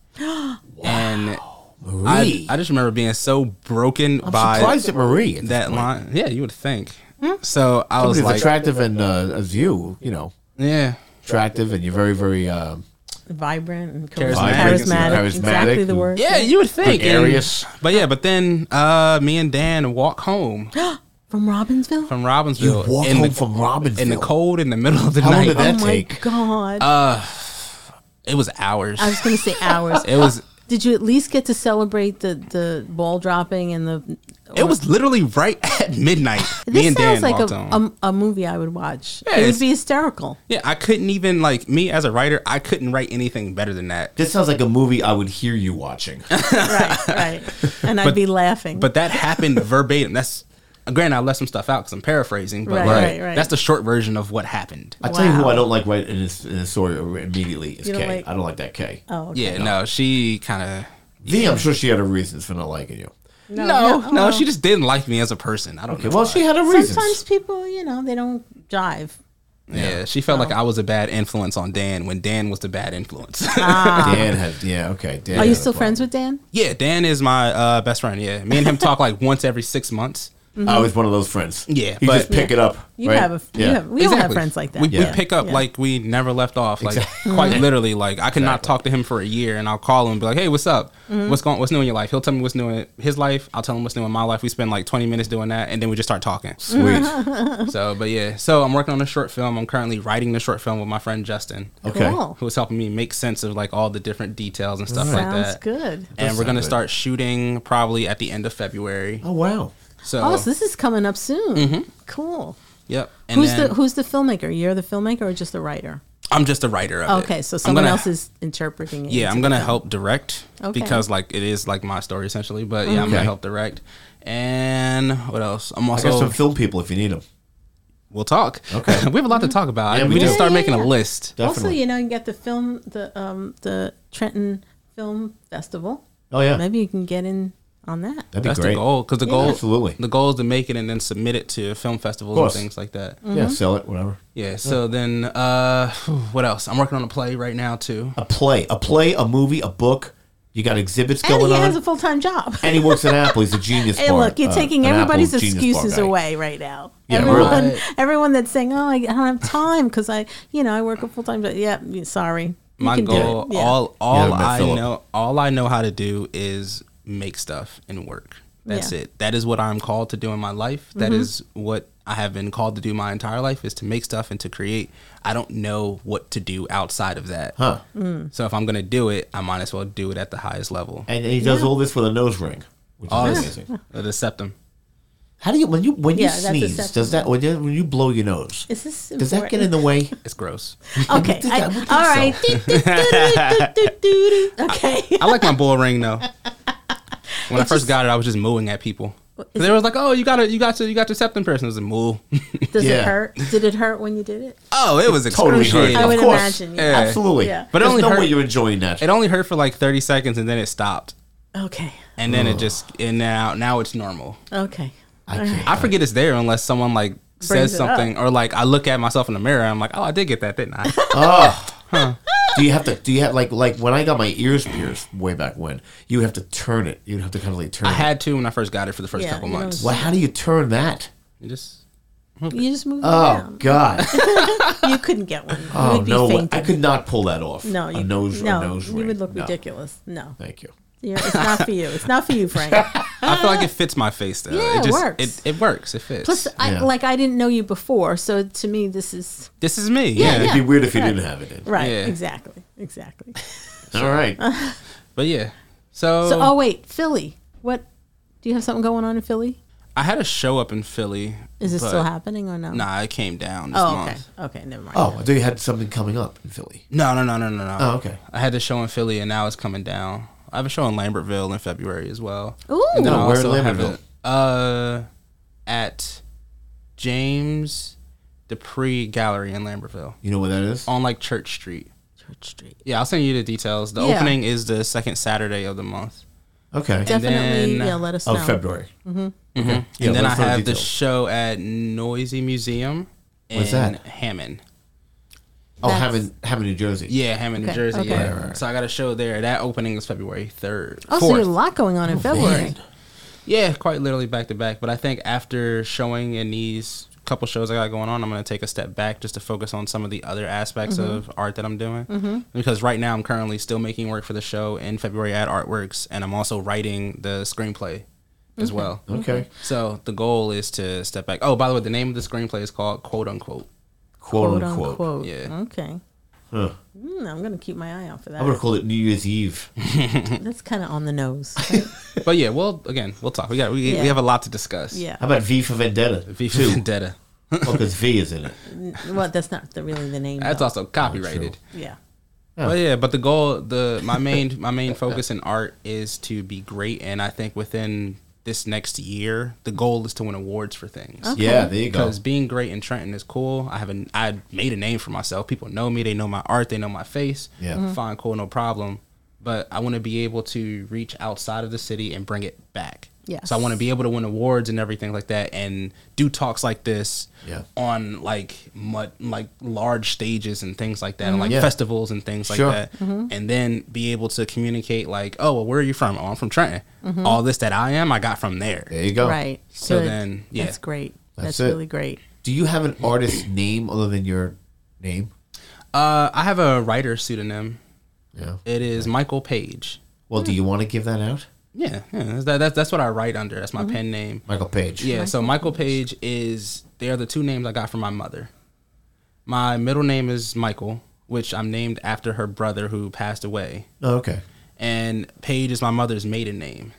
J: And I,
H: Marie.
J: I just remember being so broken
H: I'm
J: by
H: surprised at Marie at this
J: that
H: point.
J: line. Yeah, you would think.
I: Hmm?
J: So I was
H: Somebody's
J: like,
H: attractive and uh, as you, you know.
J: Yeah.
H: Attractive and you're very, very um,
I: Vibrant and
J: Charismatic.
I: charismatic.
H: Charismatic.
I: charismatic. Exactly the
H: Charismatic.
I: word.
J: yeah, you would think. and-
H: Gregarious.
J: but yeah, but then uh, me and Dan walk home
I: From Robbinsville?
J: from Robbinsville.
H: You walk
J: in
H: home from Robbinsville.
J: in the cold in the middle of the
H: How long
J: night.
H: did that
I: oh my God.
J: Uh, it was hours.
I: I was going to say hours.
J: it was.
I: Did you at least get to celebrate the, the ball dropping and the.
J: It was literally right at midnight. me
I: This
J: and Dan
I: sounds like
J: walked
I: a,
J: home.
I: a, a movie I would watch.
J: Yeah,
I: it
J: it's-
I: would be hysterical.
J: yeah, I couldn't even like me as a writer. I couldn't write anything better than that.
H: This sounds like a movie I would hear you watching.
I: right. And I'd
J: But-
I: be laughing.
J: But that happened verbatim. That's granted. I left some stuff out because I'm paraphrasing. But
I: Right,
J: like,
I: right, right. Oh,
J: that's the short version of what happened.
H: I tell you who I don't like right in this, in this story immediately is
I: You don't
H: Kay.
I: like-
H: I don't like that Kay.
I: Oh, okay.
J: Yeah, no, she kind of.
H: V, I'm sure she had her reasons for not liking you.
J: No,
I: No,
J: no,
I: no. uh-huh.
J: she just didn't like me as a person. I don't know. why.
I: Sometimes people, you know, they don't jive.
J: Yeah, she felt like I was a bad influence on Dan when Dan was the bad influence.
I: Ah.
H: Dan has, yeah, okay. Dan
I: Are
H: had
I: you
H: a
I: still
H: problem.
I: friends with Dan?
J: Yeah, Dan is my uh, best friend. Yeah, me and him talk like once every six months.
H: I was one of those friends.
J: Yeah,
H: you just pick it up.
I: You
H: right?
I: have a- you have- we all have friends like that.
J: We, we
I: Yeah.
J: pick up
I: Yeah.
J: like we never left off, like
I: Exactly.
J: quite
I: Mhm.
J: literally. Like I could not talk to him for a year, and I'll call him, and be like, "Hey, what's up?
I: Mhm.
J: What's going? What's new in your life?" He'll tell me what's new in his life. I'll tell him what's new in my life. We spend like twenty minutes doing that, and then we just start talking.
H: Sweet.
J: so, but yeah, so I'm working on a short film. I'm currently writing the short film with my friend Justin,
H: Okay. Cool.
J: who is helping me make sense of like all the different details and stuff like
I: Sounds
J: that.
I: good.
J: And
I: Does
J: we're
I: sound
J: gonna
I: good.
J: start shooting probably at the end of February.
H: Oh wow!
J: So,
I: oh, so this is coming up soon.
J: Mhm.
I: Cool.
J: yep.
I: who's the Who's the filmmaker? You're the filmmaker or just the writer?
J: I'm just a writer of it.
I: Oh, okay, so
J: Uh, I'm
I: someone
J: gonna-
I: else is interpreting it.
J: Yeah,
I: into
J: I'm gonna
I: the film.
J: help direct
I: Okay.
J: because like it is like my story essentially. But yeah, I'm
H: Okay.
J: gonna help direct. And what else? I'm
H: I
J: also
H: got some film people if you need them.
J: We'll talk. Okay, we have a lot to talk about.
H: Yeah,
J: we,
H: we
J: need
H: do.
J: to start
H: Yeah,
J: making
I: yeah,
J: a list.
I: Also, you know, you can get the film the um the Trenton Film Festival.
J: Oh, yeah.
I: maybe you can get in on that.
J: That'd be That's the goal because the
I: Yeah.
J: goal
H: Absolutely.
J: the goal is to make it and then submit it to film festivals and
H: Course.
J: things like that.
H: Yeah,
I: Mm-hmm.
H: Mhm. sell it, whatever.
J: Yeah. So then, uh, what else? I'm working on a play right now too.
H: A play, a play, a movie, a book. You got exhibits
I: And
H: going
I: he
H: on.
I: has a full time job.
H: and he works at Apple. He's a genius.
I: Hey,
H: bar,
I: look, you're
H: uh,
I: taking
H: an Apple
I: everybody's
H: genius bar
I: excuses
H: guy.
I: away right now.
H: Yeah,
I: everyone,
H: really.
I: everyone that's saying, "Oh, I I don't have time because I, you know, I work a full time job." Yeah, you- sorry. You
J: My
I: can do
J: goal,
I: it. Yeah.
J: all all
H: Yeah, but
J: I
H: Philip.
J: know, all I know how to do is make stuff and work. That's
I: Yeah.
J: it. That is what I'm called to do in my life. That
I: Mhm.
J: is what I have been called to do my entire life is to make stuff and to create. I don't know what to do outside of that.
H: Huh.
I: Mm.
J: So if I'm gonna do it, I might as well do it at the highest level.
H: And he does all this with a nose ring, which
J: All
H: is
J: this-
H: amazing.
J: uh, the septum.
H: How do you when you when
I: Yeah,
H: you
I: that's a
H: sneeze? Does that when you, when you blow your nose?
I: Is this
H: does that get
I: important?
H: in the way?
J: It's gross.
I: Okay. I, all right. okay.
J: I like my bull ring though. When I first got it, I was just mooing at people. They were like, "Oh, you got a, you got to, you got your septum piercing." It was a moo.
I: Does it hurt? Did it hurt when you did it?
J: Oh, it was
H: It totally hurt.
J: excruciating.
I: I would imagine, yeah.
H: Absolutely.
I: Yeah.
J: But it
H: There's
J: only
H: no
J: hurt,
H: way you're enjoying that.
J: It only hurt for like 30 seconds and then it stopped.
I: Okay.
J: And then it
H: Ugh.
J: just and now now it's normal.
I: Okay. All right.
J: I forget it's there unless someone like
I: Brings
J: says
I: it
J: something or like I look at myself in the mirror and I'm like, "Oh, I did get that, didn't I?"
H: Oh. Do you have to? Do you have like like when I got my ears pierced way back when? You have to turn it. You'd have to kind of like turn.
J: I
H: it.
J: had to when I first got it for the first
I: Yeah,
J: couple
I: you know,
J: months.
H: Well, how do you turn that?
J: You just
I: You just moved
H: Oh God!
I: around. You couldn't get one. You
H: Oh
I: would be
H: no! way.
I: fainting.
H: I could not pull that off.
I: No,
H: a nose,
I: no,
H: a nose
I: you
H: ring.
I: would look
H: No.
I: ridiculous. No,
H: Thank you.
I: Yeah, it's not for you. It's not for you, Frank.
J: I feel like it fits my face though.
I: Yeah, it
J: just
I: works.
J: It, it works. It fits.
I: Plus, I, like I didn't know you before, so to me, this is
J: This is me.
I: Yeah,
J: Yeah.
I: yeah.
J: It'd be
H: weird if you
I: Right.
H: didn't have it in.
I: Right?
J: Yeah.
I: Exactly. Exactly.
H: All right.
I: Uh-huh.
J: But yeah. So,
I: So, oh wait, Philly. What? Do you have something going on in Philly?
J: I had a show up in Philly.
I: Is it
J: but-
I: still happening or no?
J: Nah, it came down this
I: Oh,
J: month.
I: okay. Okay, never mind.
H: Oh, I thought you had something coming up in Philly.
J: No, no, no, no, no, no.
H: Oh, okay.
J: I had the show in Philly, and now it's coming down. I have a show in Lambertville in February as well.
I: Ooh.
J: and then I
H: No, where in
J: also have
H: Lambertville?
J: it, Uh, at James Dupree Gallery in Lambertville.
H: You know what that is?
J: On like Church Street.
I: Church Street.
J: Yeah, I'll send you the details. The
I: Yeah.
J: opening is the second Saturday of the month.
H: Okay.
J: And
I: Definitely,
J: then-
I: yeah. Let us
H: Of
I: know.
H: February.
I: Mhm.
J: Mhm.
H: Okay. Yeah,
J: and then I
H: let's know the
J: have the
H: details.
J: show at Noisy Museum in
H: What's that?
J: Hammond.
H: Oh,
J: That's-
H: Hammond, Hammond, New Jersey.
J: Yeah, Hammond,
I: Okay,
J: New Jersey.
I: okay.
J: Yeah.
I: Right,
J: So I got a show there. That opening is February 3rd.
I: Oh, so
J: 4th.
I: there's a lot going on in February.
J: Yeah, quite literally back to back. But I think after showing in these couple shows I got going on, I'm going to take a step back just to focus on some of the other aspects
K: Mhm.
J: of art that I'm doing.
K: Mhm.
J: Because right now I'm currently still making work for the show in February at Artworks, and I'm also writing the screenplay as
K: Okay.
J: well.
K: Okay.
I: Mm-hmm.
J: So the goal is to step back. Oh, by the way, the name of the screenplay is called Quote Unquote.
H: Quote, unquote.
J: Yeah.
I: Okay.
H: Huh.
I: Mm, I'm gonna keep my eye out for that.
H: I would have called it New Year's Eve.
I: That's kind of on the nose.
J: But yeah, well, again, we'll talk. We got we,
I: Yeah.
J: we have a lot to discuss.
I: Yeah.
H: How about V for Vendetta?
J: V for
H: Two.
J: Vendetta.
H: Well, because V is in it.
I: N- well, that's not the, really the name.
J: That's
I: though.
J: also copyrighted.
I: Yeah.
J: But yeah, but the goal, the my main my main focus in art is to be great, and I think within this next year, the goal is to win awards for things.
H: Okay. Yeah, there you go.
J: Because being great in Trenton is cool. I haven't I made a name for myself. People know me. They know my art. They know my face.
H: Yeah. Mhm.
J: fine, cool, no problem. But I want to be able to reach outside of the city and bring it back.
I: Yes.
J: So I want to be able to win awards and everything like that, and do talks like this
H: Yeah.
J: on like mud, like large stages and things like that,
H: Mhm.
J: and like
H: Yeah.
J: festivals and things like
H: Sure.
J: that,
H: Mhm.
J: and then be able to communicate like, oh, well, where are you from? Oh, I'm from Trenton.
I: Mhm.
J: All this that I am, I got from there. There
H: you go.
I: Right.
J: So
I: Good.
J: then, yeah,
I: That's great. That's,
J: it.
I: really great.
H: Do you have an artist name other than your name?
J: Uh, I have a writer pseudonym.
H: Yeah.
J: It is Michael Page.
H: Well, do you want to give that out?
J: Yeah, yeah that's, that, that's that's what I write under. That's my
I: Mm-hmm.
H: Mhm.
J: pen name.
H: Michael Page.
J: Yeah, so Michael Page is they are the two names I got from my mother. My middle name is Michael, which I'm named after her brother who passed away.
H: Oh, okay.
J: And Page is my mother's maiden name.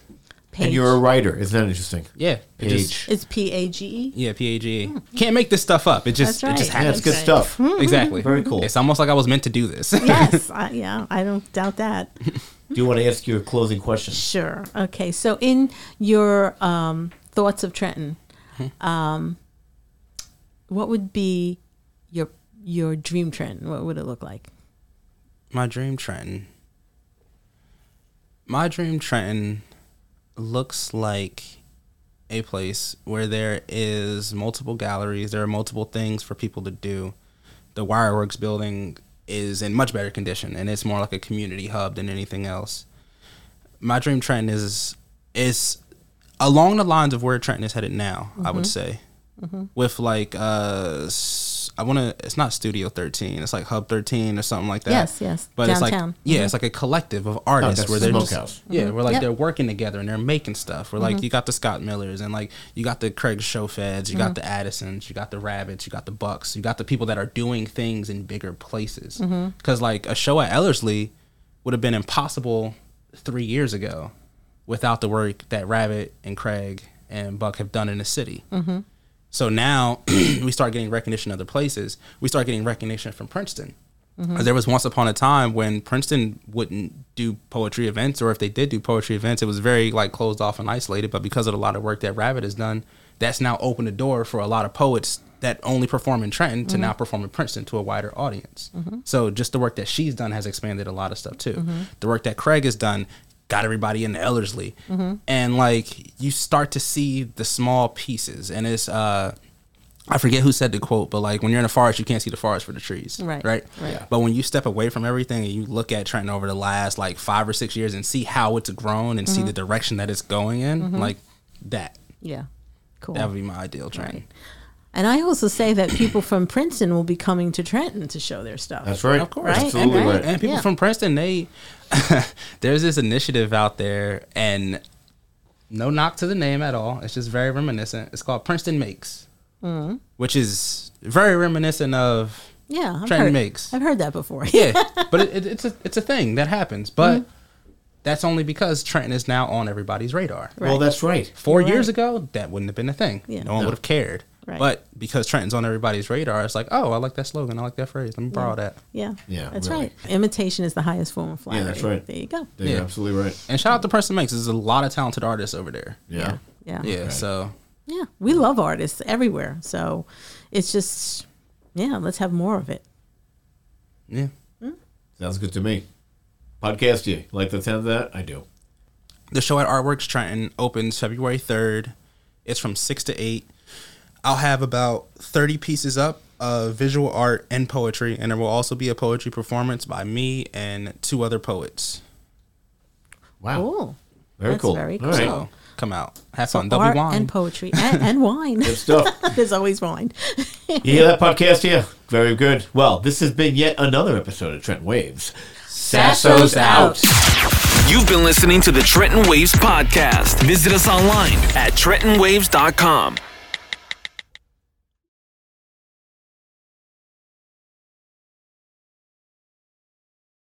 H: And you're a writer. Isn't that interesting?
J: Yeah, it
H: Page.
J: just-
I: It's P A G E.
J: yeah, P A G E. Can't make this stuff up. It just
I: That's
J: it just
I: right.
J: happens.
I: That's good stuff. Mhm.
J: exactly.
I: Very
J: cool. It's almost like I was meant to do this.
I: Yes. I, yeah. I don't doubt that.
H: Do you want to ask your closing question?
I: Sure. Okay. So, in your um, thoughts of Trenton,
J: Hmm.
H: Mhm.
I: um, what would be your your dream Trenton? What would it look like?
J: My dream Trenton. My dream Trenton looks like a place where there is multiple galleries, there are multiple things for people to do. The Wireworks building is in much better condition and it's more like a community hub than anything else. My dream Trenton is is along the lines of where Trenton is headed now, I
I: Mm-hmm.
K: Mhm.
J: would say
K: Mhm.
J: with like uh s- I want to it's not Studio 13 it's like Hub 13 or something like that
I: Yes, yes,
J: but it's
I: downtown.
J: like yeah
I: Mhm.
J: it's like a collective of artists
H: Mm-hmm. Oh, that's
J: where they're just-
H: Smokehouse.
J: yeah
H: Mhm.
J: where like
H: Yep.
J: they're working together and they're making stuff where like
H: Mhm.
J: you got the Scott Millers and like you got the Craig Showfeds you
H: Mhm.
J: got the Addisons you got the Rabbits you got the Bucks you got the people that are doing things in bigger places
K: Mhm.
J: because like a show at Ellerslie would have been impossible three years ago without the work that Rabbit and Craig and Buck have done in the city.
K: Mhm.
J: So now we start getting recognition other places. We start getting recognition from Princeton.
K: Mhm.
J: There was once upon a time when Princeton wouldn't do poetry events, or if they did do poetry events, it was very like closed off and isolated. But because of a lot of work that Rabbit has done, that's now opened the door for a lot of poets that only perform in Trenton to
K: Mhm.
J: now perform in Princeton to a wider audience.
K: Mhm.
J: So just the work that she's done has expanded a lot of stuff too.
K: Mhm.
J: The work that Craig has done got everybody into Ellerslie
K: Mhm.
J: and like you start to see the small pieces and it's uh i forget who said the quote but like when you're in a forest you can't see the forest for the trees
K: Right,
J: right
K: right. Yeah.
J: but when you step away from everything and you look at trenton over the last like five or six years and see how it's grown and see
I: Mhm.
J: the direction that it's going in
I: Mhm.
J: like that
I: Yeah. Cool.
J: that would be my ideal trenton
I: And I also say that people from Princeton will be coming to Trenton to show their stuff.
J: That's right. Of course. Absolutely
I: And-
J: right. And people
I: Yeah.
J: from Princeton, they there's this initiative out there and no knock to the name at all. It's just very reminiscent. It's called Princeton Makes.
I: Mhm.
J: Which is very reminiscent of
I: Yeah, I've
J: Trenton
I: heard-
J: Makes.
I: I've heard that before.
J: yeah. But it, it, it's a it's a thing that happens. But
H: Mm-hmm.
J: that's only because Trenton is now on everybody's radar.
H: Well, Right. that's right.
J: 4
H: You're
J: years
H: right.
J: ago, that wouldn't have been a thing.
H: Yeah.
J: No one
H: No.
J: would have cared.
I: Right.
J: But because Trenton's on everybody's radar, it's like, oh, I like that slogan. I like that phrase. Let me borrow that.
I: Yeah.
J: Yeah,
I: That's
J: really.
I: right. Imitation is the highest form of flattery.
J: Yeah, that's right.
I: There you go.
J: There you're Yeah.
H: absolutely right.
J: And shout out to Preston Makes. There's a lot of talented artists over there.
I: Yeah. Yeah.
J: Yeah.
I: Yeah. Right.
J: So
I: Yeah, we love artists everywhere. So it's just, yeah, let's have more of it.
J: Yeah.
H: Sounds good to me. Podcast you. Like the sound of that? I do.
J: the show at Artworks Trenton opens February 3rd. It's from 6 to 8. I'll have about 30 pieces up of visual art and poetry, and there will also be a poetry performance by me and two other poets.
H: Wow.
I: Cool.
J: Very
I: That's
J: cool.
I: Very
J: All
I: cool.
J: right. So, come out. Have
I: So
J: fun. There'll be
I: art
J: wine.
I: and poetry and, and wine.
H: Good stuff.
I: There's always wine.
H: You hear that podcast here? Very good. Well, this has been yet another episode of Trent Waves.
E: Sasso's out. You've been listening to the Trenton Waves podcast. Visit us online at trentonwaves.com.